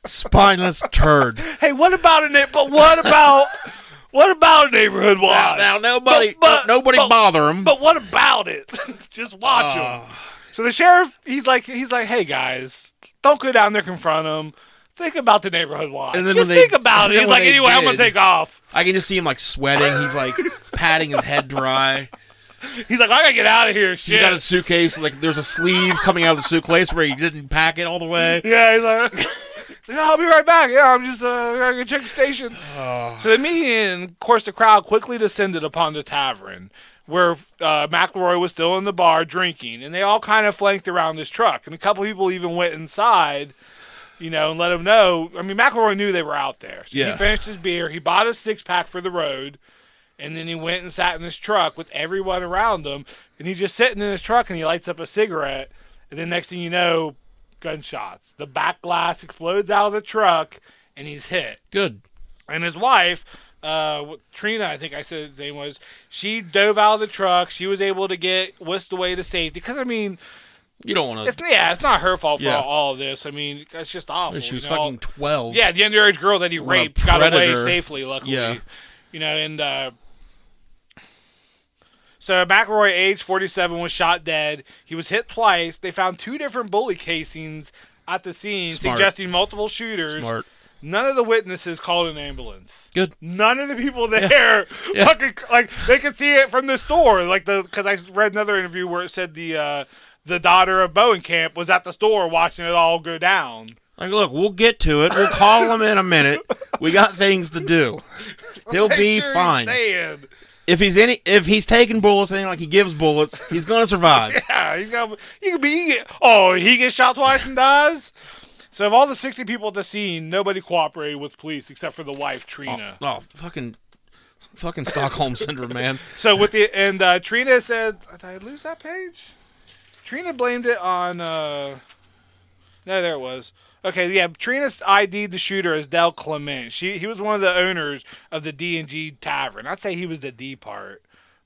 Speaker 1: spineless turd.
Speaker 2: hey, what about a na- But what about what about a neighborhood watch?
Speaker 1: Now nobody,
Speaker 2: But- but-
Speaker 1: nobody
Speaker 2: but-
Speaker 1: bother him.
Speaker 2: But what about it? Just watch him.
Speaker 1: Ah.
Speaker 2: So the sheriff, he's like, he's like, hey guys, don't go down there confront him. Think about the neighborhood watch.
Speaker 1: And then
Speaker 2: Just
Speaker 1: when they-
Speaker 2: think about
Speaker 1: and
Speaker 2: it.
Speaker 1: then
Speaker 2: He's
Speaker 1: when
Speaker 2: like,
Speaker 1: they
Speaker 2: anyway, I'm gonna
Speaker 1: did-
Speaker 2: take off.
Speaker 1: I can just see him like sweating. He's like patting his head dry.
Speaker 2: He's like, I gotta get out of here. Shit.
Speaker 1: He's got his suitcase. Like there's a sleeve coming out of the suitcase where he didn't pack it all the way.
Speaker 2: Yeah, he's like, he's like, I'll be right back. Yeah, I'm just uh, I gotta check the station. So the meeting, of course, the crowd quickly descended upon the tavern where uh, McElroy was still in the bar drinking, and they all kind of flanked around his truck, and a couple people even went inside. You know, and let him know. I mean, McElroy knew they were out there. So
Speaker 1: Yeah.
Speaker 2: he finished his beer. He bought a six pack for the road, and then he went and sat in his truck with everyone around him. And he's just sitting in his truck, and he lights up a cigarette. And then next thing you know, gunshots. The back glass explodes out of the truck, and he's hit.
Speaker 1: Good.
Speaker 2: And his wife, uh, wh- Trina, I think I said his name was, she dove out of the truck. She was able to get whisked away to safety. Because, I mean,
Speaker 1: You don't want
Speaker 2: it's
Speaker 1: to.
Speaker 2: yeah, it's not her fault for
Speaker 1: Yeah.
Speaker 2: all of this. I mean, it's just awful.
Speaker 1: She was
Speaker 2: you know?
Speaker 1: fucking twelve.
Speaker 2: Yeah, the underage girl that he
Speaker 1: Or a
Speaker 2: raped got away
Speaker 1: predator.
Speaker 2: safely, luckily.
Speaker 1: Yeah.
Speaker 2: You know, and uh, so McElroy, age 47, was shot dead. He was hit twice. They found two different bullet casings at the scene,
Speaker 1: Smart.
Speaker 2: suggesting multiple shooters.
Speaker 1: Smart.
Speaker 2: None of the witnesses called an ambulance.
Speaker 1: Good.
Speaker 2: None of the people there,
Speaker 1: Yeah.
Speaker 2: fucking, like they could see it from the store, like the because I read another interview where it said the uh, the daughter of Bowen Camp was at the store watching it all go down.
Speaker 1: Like, look, we'll get to it. We'll call him in a minute. We got things to do. He'll
Speaker 2: Make
Speaker 1: be
Speaker 2: sure he's
Speaker 1: fine.
Speaker 2: dead.
Speaker 1: If he's any, if he's taking bullets, anything like he gives bullets, he's gonna survive.
Speaker 2: Yeah, he's got. You could be. he get- oh, he gets shot twice and dies. So of all the sixty people at the scene, nobody cooperated with police except for the wife Trina.
Speaker 1: Oh, fucking, fucking Stockholm syndrome, man.
Speaker 2: So with the and uh, Trina said, "Did I lose that page?" Trina blamed it on. Uh, no, there it was. Okay, yeah. Trina ID'd the shooter as Del Clement. She he was one of the owners of the D and G Tavern. I'd say he was the D part.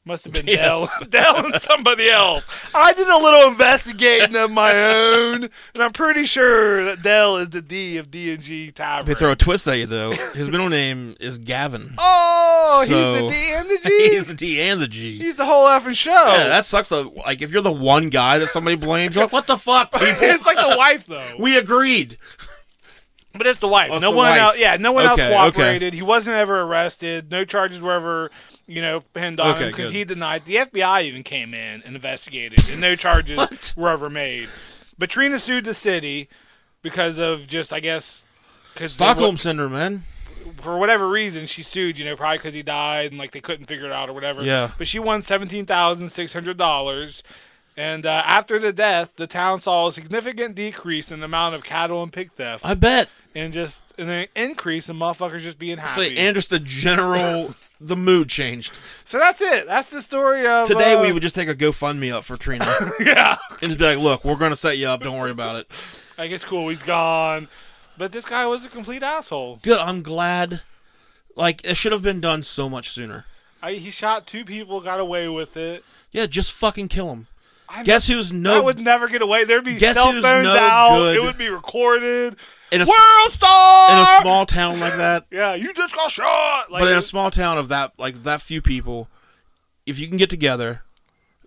Speaker 2: Must have been
Speaker 1: Yes.
Speaker 2: Del, Del and somebody else. I did a little investigating of my own, and I'm pretty sure that Del is the D of D and G
Speaker 1: If they
Speaker 2: Tavern.
Speaker 1: throw a twist at you, though, his middle name is Gavin.
Speaker 2: Oh, he's
Speaker 1: So-
Speaker 2: the D and the G.
Speaker 1: He's the D and the G.
Speaker 2: He's the whole effing show.
Speaker 1: Yeah, that sucks. though. Like, if you're the one guy that somebody blames, you're like, what the fuck, people?
Speaker 2: it's like the wife though.
Speaker 1: we agreed.
Speaker 2: But it's the wife.
Speaker 1: Oh, it's
Speaker 2: no
Speaker 1: the
Speaker 2: one
Speaker 1: wife.
Speaker 2: else. Yeah, no one
Speaker 1: Okay,
Speaker 2: else
Speaker 1: okay.
Speaker 2: cooperated. He wasn't ever arrested. No charges were ever, you know, pinned on
Speaker 1: Okay,
Speaker 2: him because
Speaker 1: good.
Speaker 2: he denied. The FBI even came in and investigated, and no charges
Speaker 1: What?
Speaker 2: were ever made. But Trina sued the city because of just, I guess, because
Speaker 1: Stockholm syndrome, man.
Speaker 2: for whatever reason she sued. You know, probably because he died and like they couldn't figure it out or whatever.
Speaker 1: Yeah.
Speaker 2: But she won seventeen thousand six hundred dollars. And uh, after the death, the town saw a significant decrease in the amount of cattle and pig theft
Speaker 1: I bet.
Speaker 2: and just and an increase in motherfuckers just being happy.
Speaker 1: So, and just the general, the mood changed.
Speaker 2: so that's it. That's the story of
Speaker 1: Today,
Speaker 2: uh,
Speaker 1: we would just take a GoFundMe up for Trina
Speaker 2: yeah.
Speaker 1: and just be like, look, we're going to set you up. Don't worry about it.
Speaker 2: Like it's cool. He's gone, but this guy was a complete asshole.
Speaker 1: Good. I'm glad. Like, it should have been done so much sooner.
Speaker 2: I, he shot two people, got away with it.
Speaker 1: Yeah, just fucking kill him.
Speaker 2: I
Speaker 1: Guess who's
Speaker 2: I
Speaker 1: no.
Speaker 2: would never get away. There'd be
Speaker 1: Oh. Guess
Speaker 2: cell
Speaker 1: who's
Speaker 2: phones
Speaker 1: no
Speaker 2: out. It
Speaker 1: good?
Speaker 2: would be recorded.
Speaker 1: in, a, s-
Speaker 2: World star.
Speaker 1: in a small town like that,
Speaker 2: yeah, you just got shot. Like,
Speaker 1: but in a
Speaker 2: it-
Speaker 1: small town of that like that few people, if you can get together,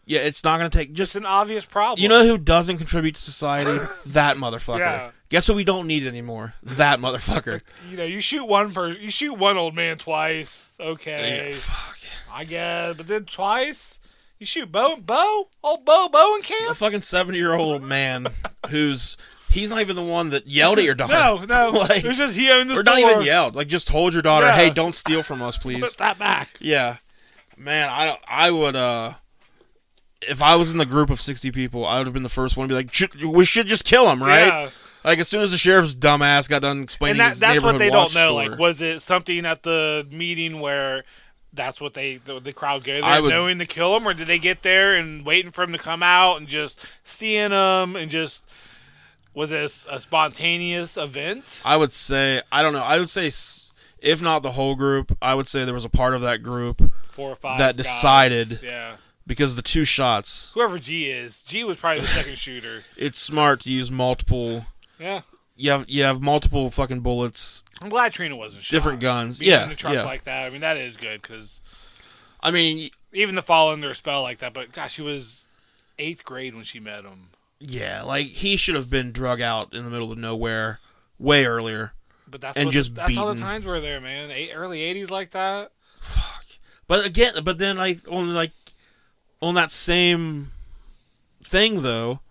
Speaker 1: yeah, it's not gonna take
Speaker 2: it's
Speaker 1: just
Speaker 2: an obvious problem.
Speaker 1: you know who doesn't contribute to society? that motherfucker.
Speaker 2: Yeah.
Speaker 1: Guess who we don't need anymore? That motherfucker.
Speaker 2: you know, you shoot one person, you shoot one old man twice. Okay.
Speaker 1: Yeah, fuck.
Speaker 2: I guess, but then twice you shoot Bo, Bo, old Bo, Bo and
Speaker 1: A
Speaker 2: Camp.
Speaker 1: fucking seventy year old man who's he's not even the one that yelled at your daughter.
Speaker 2: No, no,
Speaker 1: Like-
Speaker 2: it was just he owned the
Speaker 1: Or
Speaker 2: store.
Speaker 1: not even yelled, like just told your daughter,
Speaker 2: Yeah.
Speaker 1: "Hey, don't steal from us, please."
Speaker 2: Put that back.
Speaker 1: Yeah, man, I don't. I would. uh If I was in the group of sixty people, I would have been the first one to be like, "Should- "We should just kill him, right?"
Speaker 2: Yeah.
Speaker 1: Like as soon as the sheriff's dumbass got done explaining
Speaker 2: And that,
Speaker 1: his
Speaker 2: that's what
Speaker 1: neighborhood
Speaker 2: they don't
Speaker 1: watch
Speaker 2: know.
Speaker 1: store,
Speaker 2: Like, was it something at the meeting where that's what they the, the crowd go
Speaker 1: I
Speaker 2: there
Speaker 1: would-
Speaker 2: knowing to kill him, or did they get there and waiting for him to come out and just seeing him and just was it a s- a spontaneous event?
Speaker 1: I would say, I don't know. I would say, s- if not the whole group, I would say there was a part of that group
Speaker 2: Four or five
Speaker 1: That
Speaker 2: guys.
Speaker 1: decided-
Speaker 2: Yeah,
Speaker 1: because the two shots.
Speaker 2: whoever G is, G was probably the second shooter.
Speaker 1: It's smart to use multiple.
Speaker 2: Yeah.
Speaker 1: You have you have multiple fucking bullets,
Speaker 2: I'm glad Trina wasn't shot.
Speaker 1: different guns.
Speaker 2: Being
Speaker 1: yeah,
Speaker 2: in a truck
Speaker 1: yeah.
Speaker 2: like that. I mean, that is good because
Speaker 1: I mean,
Speaker 2: even the fall under a spell like that. But gosh, she was eighth grade when she met him.
Speaker 1: yeah. Like he should have been drug out in the middle of nowhere way earlier.
Speaker 2: But that's
Speaker 1: And
Speaker 2: what
Speaker 1: just
Speaker 2: the, that's how the
Speaker 1: beaten.
Speaker 2: times were there, man. Eight, early '80s like that.
Speaker 1: But again, but then like on like on that same thing though,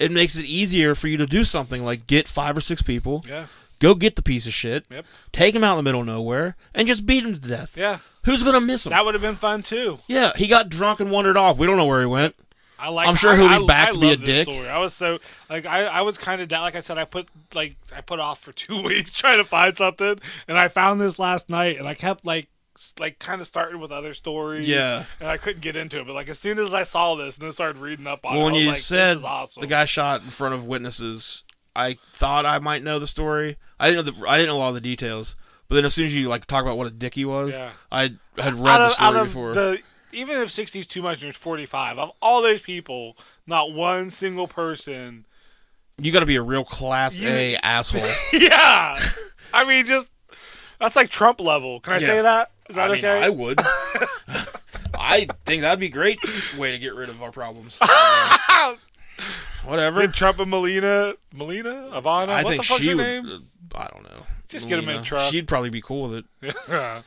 Speaker 1: it makes it easier for you to do something like get five or six people,
Speaker 2: Yeah.
Speaker 1: go get the piece of shit,
Speaker 2: Yep.
Speaker 1: take him out in the middle of nowhere, and just beat him to death.
Speaker 2: Yeah.
Speaker 1: Who's gonna miss him?
Speaker 2: That would have been fun too.
Speaker 1: yeah, he got drunk and wandered off. We don't know where he went.
Speaker 2: I like.
Speaker 1: I'm sure
Speaker 2: I,
Speaker 1: he'll be
Speaker 2: I-
Speaker 1: back
Speaker 2: I
Speaker 1: to be
Speaker 2: love
Speaker 1: a
Speaker 2: this
Speaker 1: dick.
Speaker 2: Story. I was so like I, I was kind of down. Like I said, I put like I put off for two weeks trying to find something, and I found this last night, and I kept like s- like kind of starting with other stories.
Speaker 1: Yeah.
Speaker 2: and I couldn't get into it. But like as soon as I saw this and then started reading up on
Speaker 1: Well,
Speaker 2: it,
Speaker 1: when
Speaker 2: I was
Speaker 1: you
Speaker 2: like,
Speaker 1: said
Speaker 2: this is awesome.
Speaker 1: the guy shot in front of witnesses, I thought I might know the story. I didn't know the I didn't know all the details, But then as soon as you like talk about what a dick he was,
Speaker 2: Yeah.
Speaker 1: I had read
Speaker 2: Out
Speaker 1: the
Speaker 2: of- out
Speaker 1: story
Speaker 2: of
Speaker 1: before.
Speaker 2: the- even if 60 is too much and there's 45, of all those people, not one single person.
Speaker 1: you got to be a real class A asshole.
Speaker 2: yeah. I mean, just. That's like Trump level. Can I
Speaker 1: Yeah.
Speaker 2: say that? Is that
Speaker 1: I mean,
Speaker 2: okay?
Speaker 1: I would. I think that'd be a great way to get rid of our problems. Whatever.
Speaker 2: Did Trump and Melina, Melina, Ivana,
Speaker 1: I
Speaker 2: what
Speaker 1: think
Speaker 2: the fuck's
Speaker 1: she
Speaker 2: her
Speaker 1: would.
Speaker 2: name?
Speaker 1: uh, I don't know.
Speaker 2: Just get him in a
Speaker 1: Melina.
Speaker 2: truck.
Speaker 1: She'd probably be cool with it.
Speaker 2: yeah.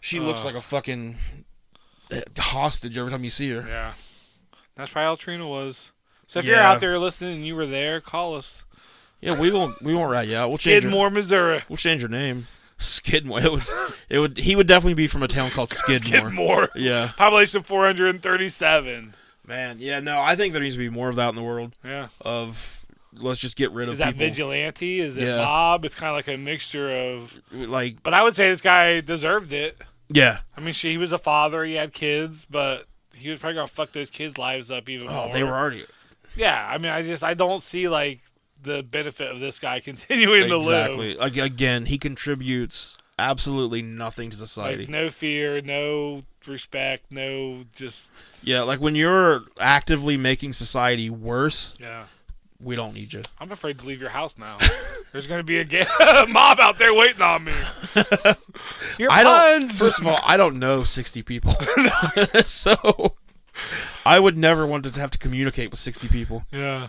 Speaker 1: She looks like a fucking uh, hostage every time you see her.
Speaker 2: Yeah. That's probably how Trina was. So if you're
Speaker 1: Yeah.
Speaker 2: out there listening and you were there, call us.
Speaker 1: Yeah, we won't. We won't rat you out. We'll change. Your,
Speaker 2: Skidmore, Missouri.
Speaker 1: we'll change your name. Skidmore. It would. It would. He would definitely be from a town called Skidmore.
Speaker 2: Skidmore.
Speaker 1: Yeah.
Speaker 2: Population 437.
Speaker 1: Man. Yeah. No. I think there needs to be more of that in the world.
Speaker 2: Yeah.
Speaker 1: Of let's just get rid of
Speaker 2: Is that
Speaker 1: people.
Speaker 2: vigilante? Is it
Speaker 1: Yeah.
Speaker 2: mob? It's kind of like a mixture of.
Speaker 1: Like.
Speaker 2: But I would say this guy deserved it.
Speaker 1: Yeah.
Speaker 2: I mean, she, he was a father. He had kids, but he was probably gonna fuck those kids' lives up even
Speaker 1: Oh,
Speaker 2: more.
Speaker 1: they were already
Speaker 2: Yeah, I mean, I just I don't see like the benefit of this guy continuing to live.
Speaker 1: exactly. Ag- Again, he contributes absolutely nothing to society.
Speaker 2: Like no fear, no respect, no just
Speaker 1: yeah, like when you're actively making society worse,
Speaker 2: yeah.
Speaker 1: we don't need you.
Speaker 2: I'm afraid to leave your house now. There's gonna be a ga- mob out there waiting on me. Your
Speaker 1: I don't.
Speaker 2: puns.
Speaker 1: First of all, I don't know sixty people, so I would never want to have to communicate with sixty people.
Speaker 2: Yeah.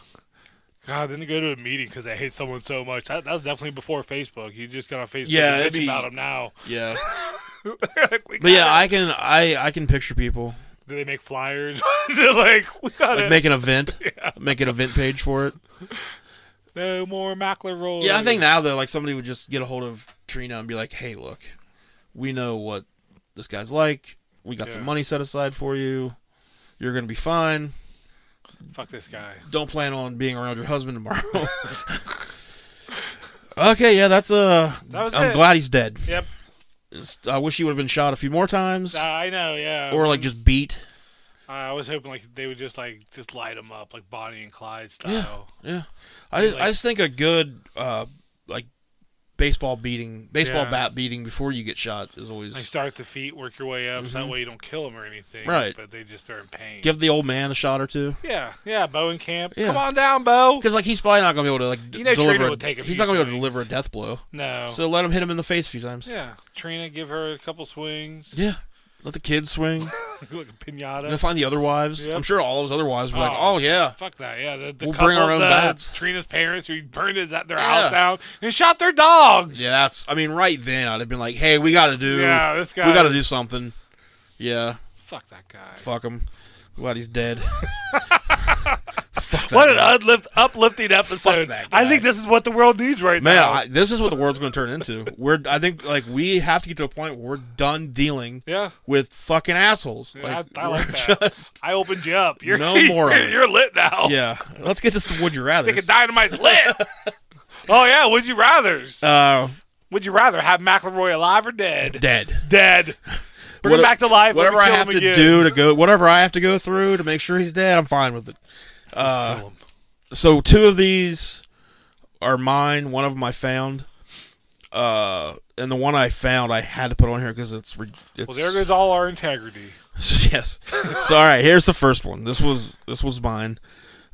Speaker 2: God, then you go to a meeting because I hate someone so much. That, that was definitely before Facebook. You just got on Facebook
Speaker 1: Yeah,
Speaker 2: and
Speaker 1: it'd
Speaker 2: bitch
Speaker 1: be-
Speaker 2: about them now.
Speaker 1: Yeah,
Speaker 2: Like, we
Speaker 1: but yeah,
Speaker 2: gotta-
Speaker 1: I can I I can picture people
Speaker 2: do they make flyers? They're like, we got
Speaker 1: like
Speaker 2: to
Speaker 1: make an event, make an event page for it.
Speaker 2: no more McElroy.
Speaker 1: Yeah, I think now though, like somebody would just get a hold of Trina and be like, "Hey, look, we know what this guy's like. We got some
Speaker 2: Yeah.
Speaker 1: money set aside for you. You're gonna be fine.
Speaker 2: Fuck this guy.
Speaker 1: Don't plan on being around your husband tomorrow." okay, yeah, that's uh.
Speaker 2: That was
Speaker 1: I'm
Speaker 2: it.
Speaker 1: glad he's dead.
Speaker 2: Yep.
Speaker 1: It's- I wish he would have been shot a few more times,
Speaker 2: I know, yeah.
Speaker 1: or like just beat.
Speaker 2: I was hoping like they would just like just light him up like Bonnie and Clyde style.
Speaker 1: Yeah, I
Speaker 2: Like-
Speaker 1: I just think a good uh like baseball beating, baseball
Speaker 2: Yeah.
Speaker 1: bat beating before you get shot is always
Speaker 2: Like start at the feet, work your way up, so that way you don't kill him or anything.
Speaker 1: Mm-hmm. Right.
Speaker 2: But they just they're in pain.
Speaker 1: give the old man a shot or two.
Speaker 2: yeah, yeah, Bowen Camp.
Speaker 1: Yeah.
Speaker 2: Come on down, Bo.
Speaker 1: Because like he's probably not gonna be able to like d-
Speaker 2: You know
Speaker 1: deliver.
Speaker 2: Trina
Speaker 1: a-
Speaker 2: would take a
Speaker 1: he's
Speaker 2: few
Speaker 1: not gonna be able to
Speaker 2: swings.
Speaker 1: deliver a death blow.
Speaker 2: No.
Speaker 1: So let him hit him in the face a few times. Yeah.
Speaker 2: yeah. Trina, give her a couple swings.
Speaker 1: Let the kids swing.
Speaker 2: like a pinata.
Speaker 1: and find the other wives.
Speaker 2: Yep.
Speaker 1: I'm sure all of his other wives were like,
Speaker 2: Oh.
Speaker 1: "Oh yeah,
Speaker 2: Fuck that. Yeah, the, the
Speaker 1: We'll
Speaker 2: couple,
Speaker 1: bring our own
Speaker 2: the,
Speaker 1: bats.
Speaker 2: Trina's parents who burned his at their
Speaker 1: Yeah.
Speaker 2: house down and shot their dogs.
Speaker 1: yeah." That's. I mean, right then I'd have been like, "Hey, we gotta do.
Speaker 2: Yeah, this guy.
Speaker 1: we gotta do something." Yeah.
Speaker 2: Fuck that guy.
Speaker 1: Fuck him. Glad he's dead. Fuck that
Speaker 2: What an
Speaker 1: guy.
Speaker 2: uplift, uplifting episode.
Speaker 1: that guy.
Speaker 2: I think this is what the world needs right
Speaker 1: Man,
Speaker 2: now.
Speaker 1: I, this is what the world's going to turn into. We're, I think, like we have to get to a point where we're done dealing
Speaker 2: yeah.
Speaker 1: with fucking assholes.
Speaker 2: Yeah,
Speaker 1: Like,
Speaker 2: I- I like
Speaker 1: we're
Speaker 2: that.
Speaker 1: just
Speaker 2: I opened you up. You're
Speaker 1: No more of
Speaker 2: You're,
Speaker 1: it.
Speaker 2: lit now.
Speaker 1: Yeah, let's get to some would you
Speaker 2: Stick of
Speaker 1: rather's.
Speaker 2: dynamite's lit. oh yeah. Would you rather?
Speaker 1: Uh,
Speaker 2: would you rather have McElroy alive or dead?
Speaker 1: dead.
Speaker 2: Dead. Bring him
Speaker 1: What-
Speaker 2: back to life. let me
Speaker 1: Whatever I
Speaker 2: kill
Speaker 1: have
Speaker 2: him
Speaker 1: to
Speaker 2: again.
Speaker 1: do to go, whatever I have to go through to make sure he's dead, I'm fine with it. uh,
Speaker 2: Just kill him.
Speaker 1: So two of these are mine. One of them I found, uh, and the one I found I had to put on here because it's, re- it's
Speaker 2: Well, there goes all our integrity.
Speaker 1: yes. So all right, here's the first one. This was this was mine.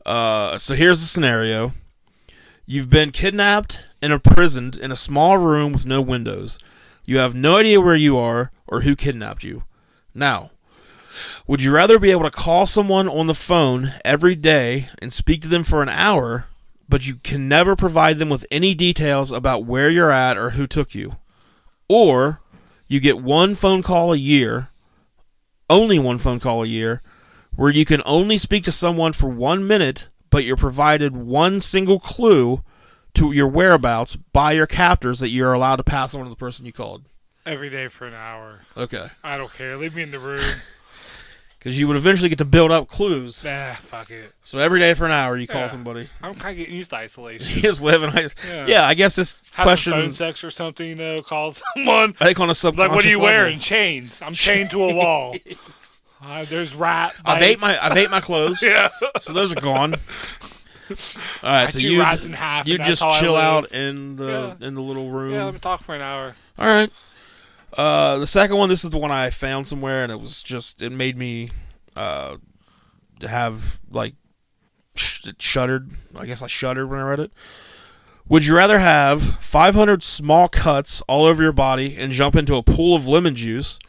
Speaker 1: Uh, so here's the scenario. You've been kidnapped and imprisoned in a small room with no windows. You have no idea where you are or who kidnapped you. Now, would you rather be able to call someone on the phone every day and speak to them for an hour, but you can never provide them with any details about where you're at or who took you? Or you get one phone call a year only one phone call a year, where you can only speak to someone for one minute, but you're provided one single clue to your whereabouts by your captors that you're allowed to pass on to the person you called.
Speaker 2: Every day for an hour.
Speaker 1: Okay.
Speaker 2: I don't care. Leave me in the room.
Speaker 1: Because you would eventually get to build up clues.
Speaker 2: nah, fuck it.
Speaker 1: So every day for an hour, you call
Speaker 2: Yeah.
Speaker 1: somebody.
Speaker 2: I'm kind of getting used to isolation.
Speaker 1: You just live in ice.
Speaker 2: Yeah.
Speaker 1: Yeah. I guess this
Speaker 2: Have
Speaker 1: question.
Speaker 2: some phone sex or something. Though, call someone.
Speaker 1: I think on a subconscious
Speaker 2: Like, what are you
Speaker 1: level.
Speaker 2: wearing? Chains. I'm chained to a wall. Uh, there's rat.
Speaker 1: I've ate
Speaker 2: bites.
Speaker 1: my I've ate my clothes,
Speaker 2: Yeah.
Speaker 1: so those are gone. All right,
Speaker 2: I
Speaker 1: so
Speaker 2: chew
Speaker 1: you
Speaker 2: rats in half.
Speaker 1: you
Speaker 2: and
Speaker 1: just
Speaker 2: that's how I
Speaker 1: chill
Speaker 2: live.
Speaker 1: out in the in the little room.
Speaker 2: Yeah, let me talk for an hour.
Speaker 1: All right. Uh, the second one, this is the one I found somewhere, and it was just it made me uh, have like sh- it shuddered. I guess I shuddered when I read it. Would you rather have 500 small cuts all over your body and jump into a pool of lemon juice,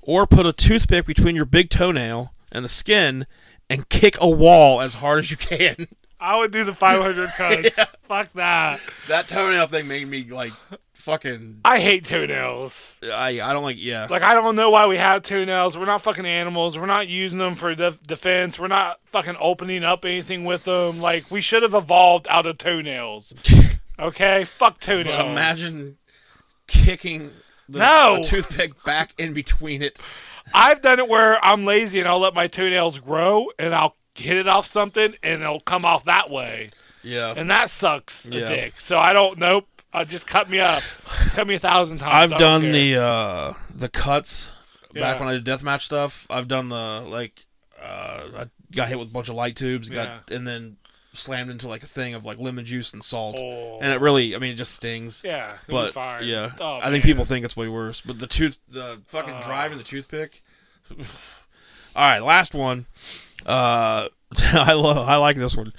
Speaker 1: or put a toothpick between your big toenail and the skin and kick a wall as hard as you can?
Speaker 2: I would do the 500 cuts. Fuck that.
Speaker 1: that toenail thing made me like fucking.
Speaker 2: I hate toenails.
Speaker 1: I I don't like yeah.
Speaker 2: Like I don't know why we have toenails. We're not fucking animals. We're not using them for def- defense. We're not fucking opening up anything with them. Like we should have evolved out of toenails. Okay, fuck
Speaker 1: But
Speaker 2: toenails.
Speaker 1: imagine kicking the,
Speaker 2: Oh. No.
Speaker 1: the toothpick back in between it.
Speaker 2: I've done it where I'm lazy and I'll let my toenails grow and I'll hit it off something and it'll come off that way.
Speaker 1: Yeah.
Speaker 2: And that sucks a
Speaker 1: Yeah.
Speaker 2: dick. So I don't. Nope. Uh, just cut me up. Cut me a thousand times.
Speaker 1: I've
Speaker 2: I
Speaker 1: done
Speaker 2: don't care.
Speaker 1: the uh the cuts
Speaker 2: Yeah.
Speaker 1: back when I did deathmatch stuff. I've done the like uh I got hit with a bunch of light tubes, got and then slammed into like a thing of like lemon juice and salt.
Speaker 2: Oh.
Speaker 1: And it really I mean it just stings.
Speaker 2: Yeah. it'll be
Speaker 1: But
Speaker 2: fine.
Speaker 1: yeah.
Speaker 2: Oh,
Speaker 1: I think
Speaker 2: man. Oh.
Speaker 1: people think it's way worse. But the tooth the fucking driving the toothpick. All right, last one. Uh I love I like this one.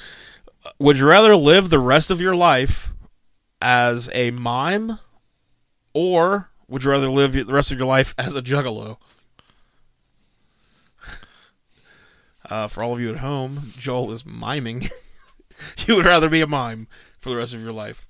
Speaker 1: Would you rather live the rest of your life as a mime or would you rather live the rest of your life as a juggalo? Uh, for all of you at home, Joel is miming. you would rather be a mime for the rest of your life.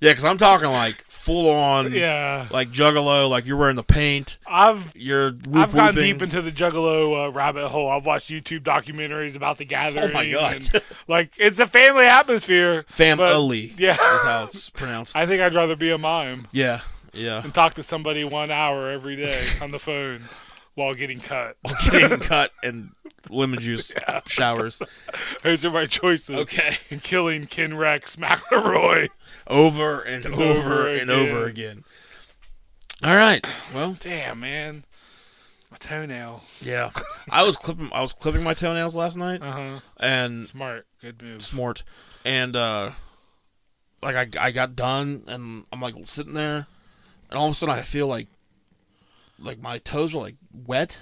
Speaker 1: Yeah, because I'm talking like full on,
Speaker 2: Yeah.
Speaker 1: like juggalo, like you're wearing the paint,
Speaker 2: I've
Speaker 1: you're whoop
Speaker 2: I've gone
Speaker 1: whooping.
Speaker 2: deep into the Juggalo uh, rabbit hole. I've watched YouTube documentaries about the gathering.
Speaker 1: Oh God.
Speaker 2: and, like it's a family atmosphere. but-
Speaker 1: Family
Speaker 2: Yeah,
Speaker 1: is how it's pronounced.
Speaker 2: I think I'd rather be a mime
Speaker 1: yeah, yeah.
Speaker 2: and talk to somebody one hour every day on the phone while getting cut.
Speaker 1: Getting cut and lemon juice showers.
Speaker 2: Those are my choices.
Speaker 1: Okay.
Speaker 2: and killing Ken Rex McElroy.
Speaker 1: over and over,
Speaker 2: over
Speaker 1: and
Speaker 2: again.
Speaker 1: over again. All right. Well,
Speaker 2: Damn man, my toenail.
Speaker 1: yeah. I was clipping. I was clipping my toenails last night,
Speaker 2: Uh huh.
Speaker 1: and
Speaker 2: Smart, good move.
Speaker 1: smart, and uh, like I, I got done, and I'm like sitting there, and all of a sudden I feel like, like my toes were like wet,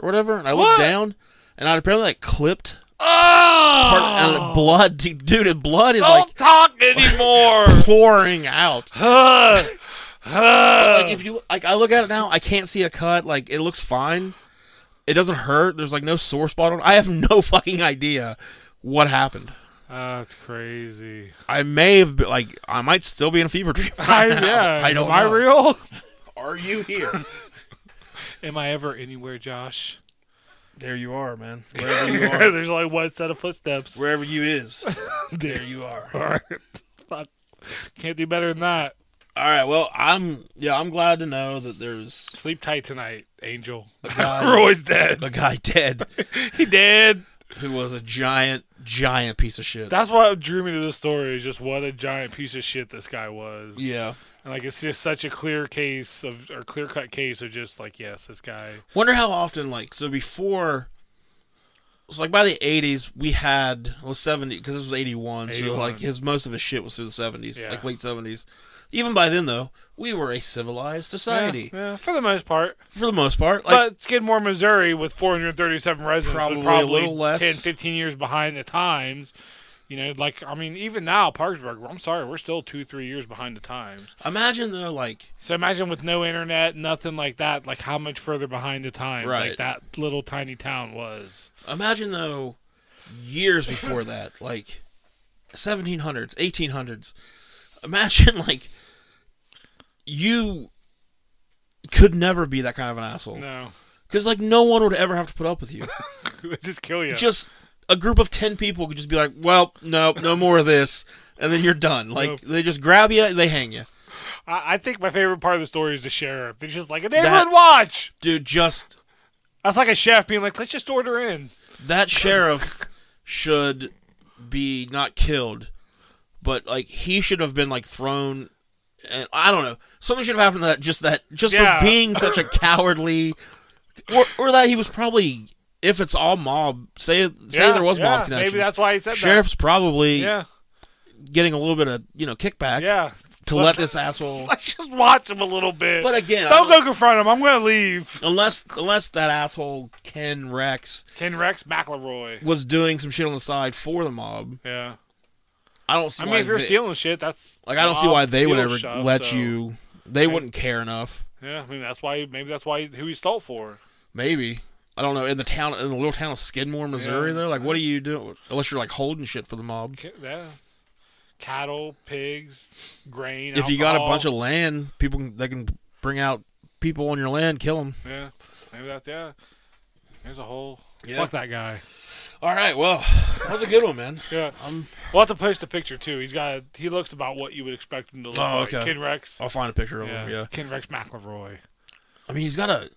Speaker 1: or whatever, and I
Speaker 2: What?
Speaker 1: looked down, and I apparently like clipped part, and
Speaker 2: Oh,
Speaker 1: the blood, dude, the blood is
Speaker 2: don't
Speaker 1: like
Speaker 2: talk anymore.
Speaker 1: pouring out.
Speaker 2: Huh. Huh.
Speaker 1: like if you like I look at it now, I can't see a cut. Like it looks fine. It doesn't hurt. There's like no sore spot on. I have no fucking idea what happened.
Speaker 2: Oh, it's crazy.
Speaker 1: I may have been like I might still be in a fever dream.
Speaker 2: I, yeah,
Speaker 1: I don't
Speaker 2: Am I
Speaker 1: know.
Speaker 2: real?
Speaker 1: Are you here?
Speaker 2: Am I ever anywhere, Josh?
Speaker 1: there you are, man. Wherever you are.
Speaker 2: There's only one set of footsteps.
Speaker 1: Wherever you is. There you are.
Speaker 2: All right. Fuck. Can't do better than that.
Speaker 1: All right. Well, I'm yeah, I'm glad to know that there's
Speaker 2: Sleep tight tonight, Angel.
Speaker 1: God.
Speaker 2: Roy's dead.
Speaker 1: a guy dead
Speaker 2: He dead.
Speaker 1: who was a giant giant piece of shit.
Speaker 2: That's what drew me to this story is just what a giant piece of shit this guy was.
Speaker 1: yeah.
Speaker 2: And like it's just such a clear case of or clear cut case of just like, yes, this guy
Speaker 1: Wonder how often, like, so before, so like by the '80s, we had well '70 because this was '81, so
Speaker 2: 81.
Speaker 1: like his most of his shit was through the '70s,
Speaker 2: Yeah.
Speaker 1: like late '70s. Even by then, though, we were a civilized society
Speaker 2: Yeah, yeah, for the most part.
Speaker 1: for the most part. Like,
Speaker 2: but Skidmore, Missouri, with 437 residents,
Speaker 1: Probably
Speaker 2: was
Speaker 1: a
Speaker 2: probably
Speaker 1: little less.
Speaker 2: 10, 15 years behind the times. You know, like I mean, even now, Parkersburg. I'm sorry, we're still two, three years behind the times.
Speaker 1: imagine though, like,
Speaker 2: So imagine with no internet, nothing like that. Like how much further behind the times like
Speaker 1: Right.
Speaker 2: that little tiny town was.
Speaker 1: imagine though, years before that, like, 1700s, 1800s. Imagine like, you could never be that kind of an asshole
Speaker 2: No,
Speaker 1: because like no one would ever have to put up with you.
Speaker 2: They'd just kill you.
Speaker 1: just a group of 10 people could just be like, well, no, no more of this. And then you're done. Like,
Speaker 2: Nope.
Speaker 1: they just grab you, they hang you.
Speaker 2: I, I think my favorite part of the story is the sheriff. They're just like, neighborhood
Speaker 1: That-
Speaker 2: watch.
Speaker 1: Dude, just
Speaker 2: That's like a chef being like, let's just order in.
Speaker 1: that sheriff should be not killed, but, like, he should have been, like, thrown. And I don't know. Something should have happened to that just that, just
Speaker 2: Yeah.
Speaker 1: for being such a cowardly. Or, or that he was probably, if it's all mob, say say
Speaker 2: Yeah,
Speaker 1: there was
Speaker 2: yeah,
Speaker 1: mob connections.
Speaker 2: Maybe that's why he said
Speaker 1: Sheriff's
Speaker 2: that.
Speaker 1: probably
Speaker 2: Yeah,
Speaker 1: getting a little bit of, you know, kickback.
Speaker 2: yeah.
Speaker 1: to let this asshole.
Speaker 2: Let's just watch him a little bit.
Speaker 1: But again,
Speaker 2: don't
Speaker 1: I-
Speaker 2: go confront him. I'm gonna leave.
Speaker 1: Unless unless that asshole Ken Rex
Speaker 2: Ken Rex McElroy.
Speaker 1: was doing some shit on the side for the mob,
Speaker 2: Yeah.
Speaker 1: I don't see
Speaker 2: I
Speaker 1: why
Speaker 2: mean, if you're
Speaker 1: they,
Speaker 2: stealing shit, that's
Speaker 1: like I don't see why they would
Speaker 2: steal
Speaker 1: ever
Speaker 2: stuff,
Speaker 1: let
Speaker 2: so-
Speaker 1: you. They wouldn't care enough.
Speaker 2: Yeah, I mean that's why. Maybe that's why who he stole for.
Speaker 1: Maybe I don't know. In the town, in the little town of Skidmore, Missouri,
Speaker 2: Yeah.
Speaker 1: there, like, what do you do unless you're like holding shit for the mob?
Speaker 2: Ca- Yeah. Cattle, pigs, grain.
Speaker 1: If you got a
Speaker 2: alcohol.
Speaker 1: bunch of land, people can, they can bring out people on your land, kill them.
Speaker 2: yeah, maybe that's yeah. There's a whole
Speaker 1: Yeah.
Speaker 2: fuck that guy.
Speaker 1: All right, well, that was a good one, man.
Speaker 2: Yeah,
Speaker 1: Um,
Speaker 2: we'll have to post a picture too. He's got a, he looks about what you would expect him to look
Speaker 1: Oh,
Speaker 2: like.
Speaker 1: okay.
Speaker 2: Ken Rex.
Speaker 1: I'll find a picture of
Speaker 2: yeah.
Speaker 1: him. Yeah,
Speaker 2: Ken Rex McElroy.
Speaker 1: I mean, he's got a.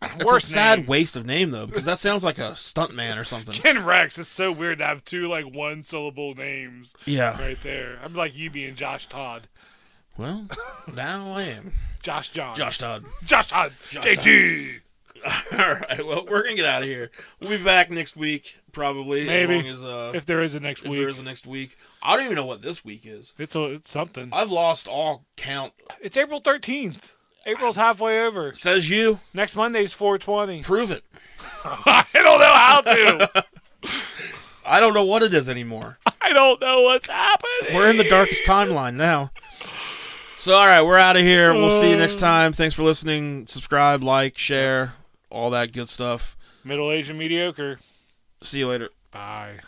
Speaker 1: That's
Speaker 2: Worst
Speaker 1: a sad
Speaker 2: name.
Speaker 1: waste of name though, because that sounds like a stuntman or something.
Speaker 2: Ken Rex. It's so weird to have two like one syllable names
Speaker 1: Yeah.
Speaker 2: right there. I'm like you being Josh Todd,
Speaker 1: Well, now I am
Speaker 2: Josh John,
Speaker 1: Josh Todd.
Speaker 2: Josh Todd,
Speaker 1: Josh
Speaker 2: JT.
Speaker 1: All right. Well, we're gonna get out of here. We'll be back next week, probably.
Speaker 2: Maybe.
Speaker 1: As long as, uh,
Speaker 2: If there is a next
Speaker 1: if
Speaker 2: week,
Speaker 1: there is a next week. I don't even know what this week is.
Speaker 2: it's a, it's something.
Speaker 1: I've lost all count.
Speaker 2: It's April 13th. April's halfway over.
Speaker 1: Says you.
Speaker 2: Next Monday's 420.
Speaker 1: Prove it.
Speaker 2: I don't know how to.
Speaker 1: I don't know what it is anymore.
Speaker 2: I don't know what's happening.
Speaker 1: We're in the darkest timeline now. So, all right, we're out of here. We'll see you
Speaker 2: Uh.
Speaker 1: next time. Thanks for listening. Subscribe, like, share, all that good stuff.
Speaker 2: Middle Asian mediocre.
Speaker 1: See you later.
Speaker 2: Bye.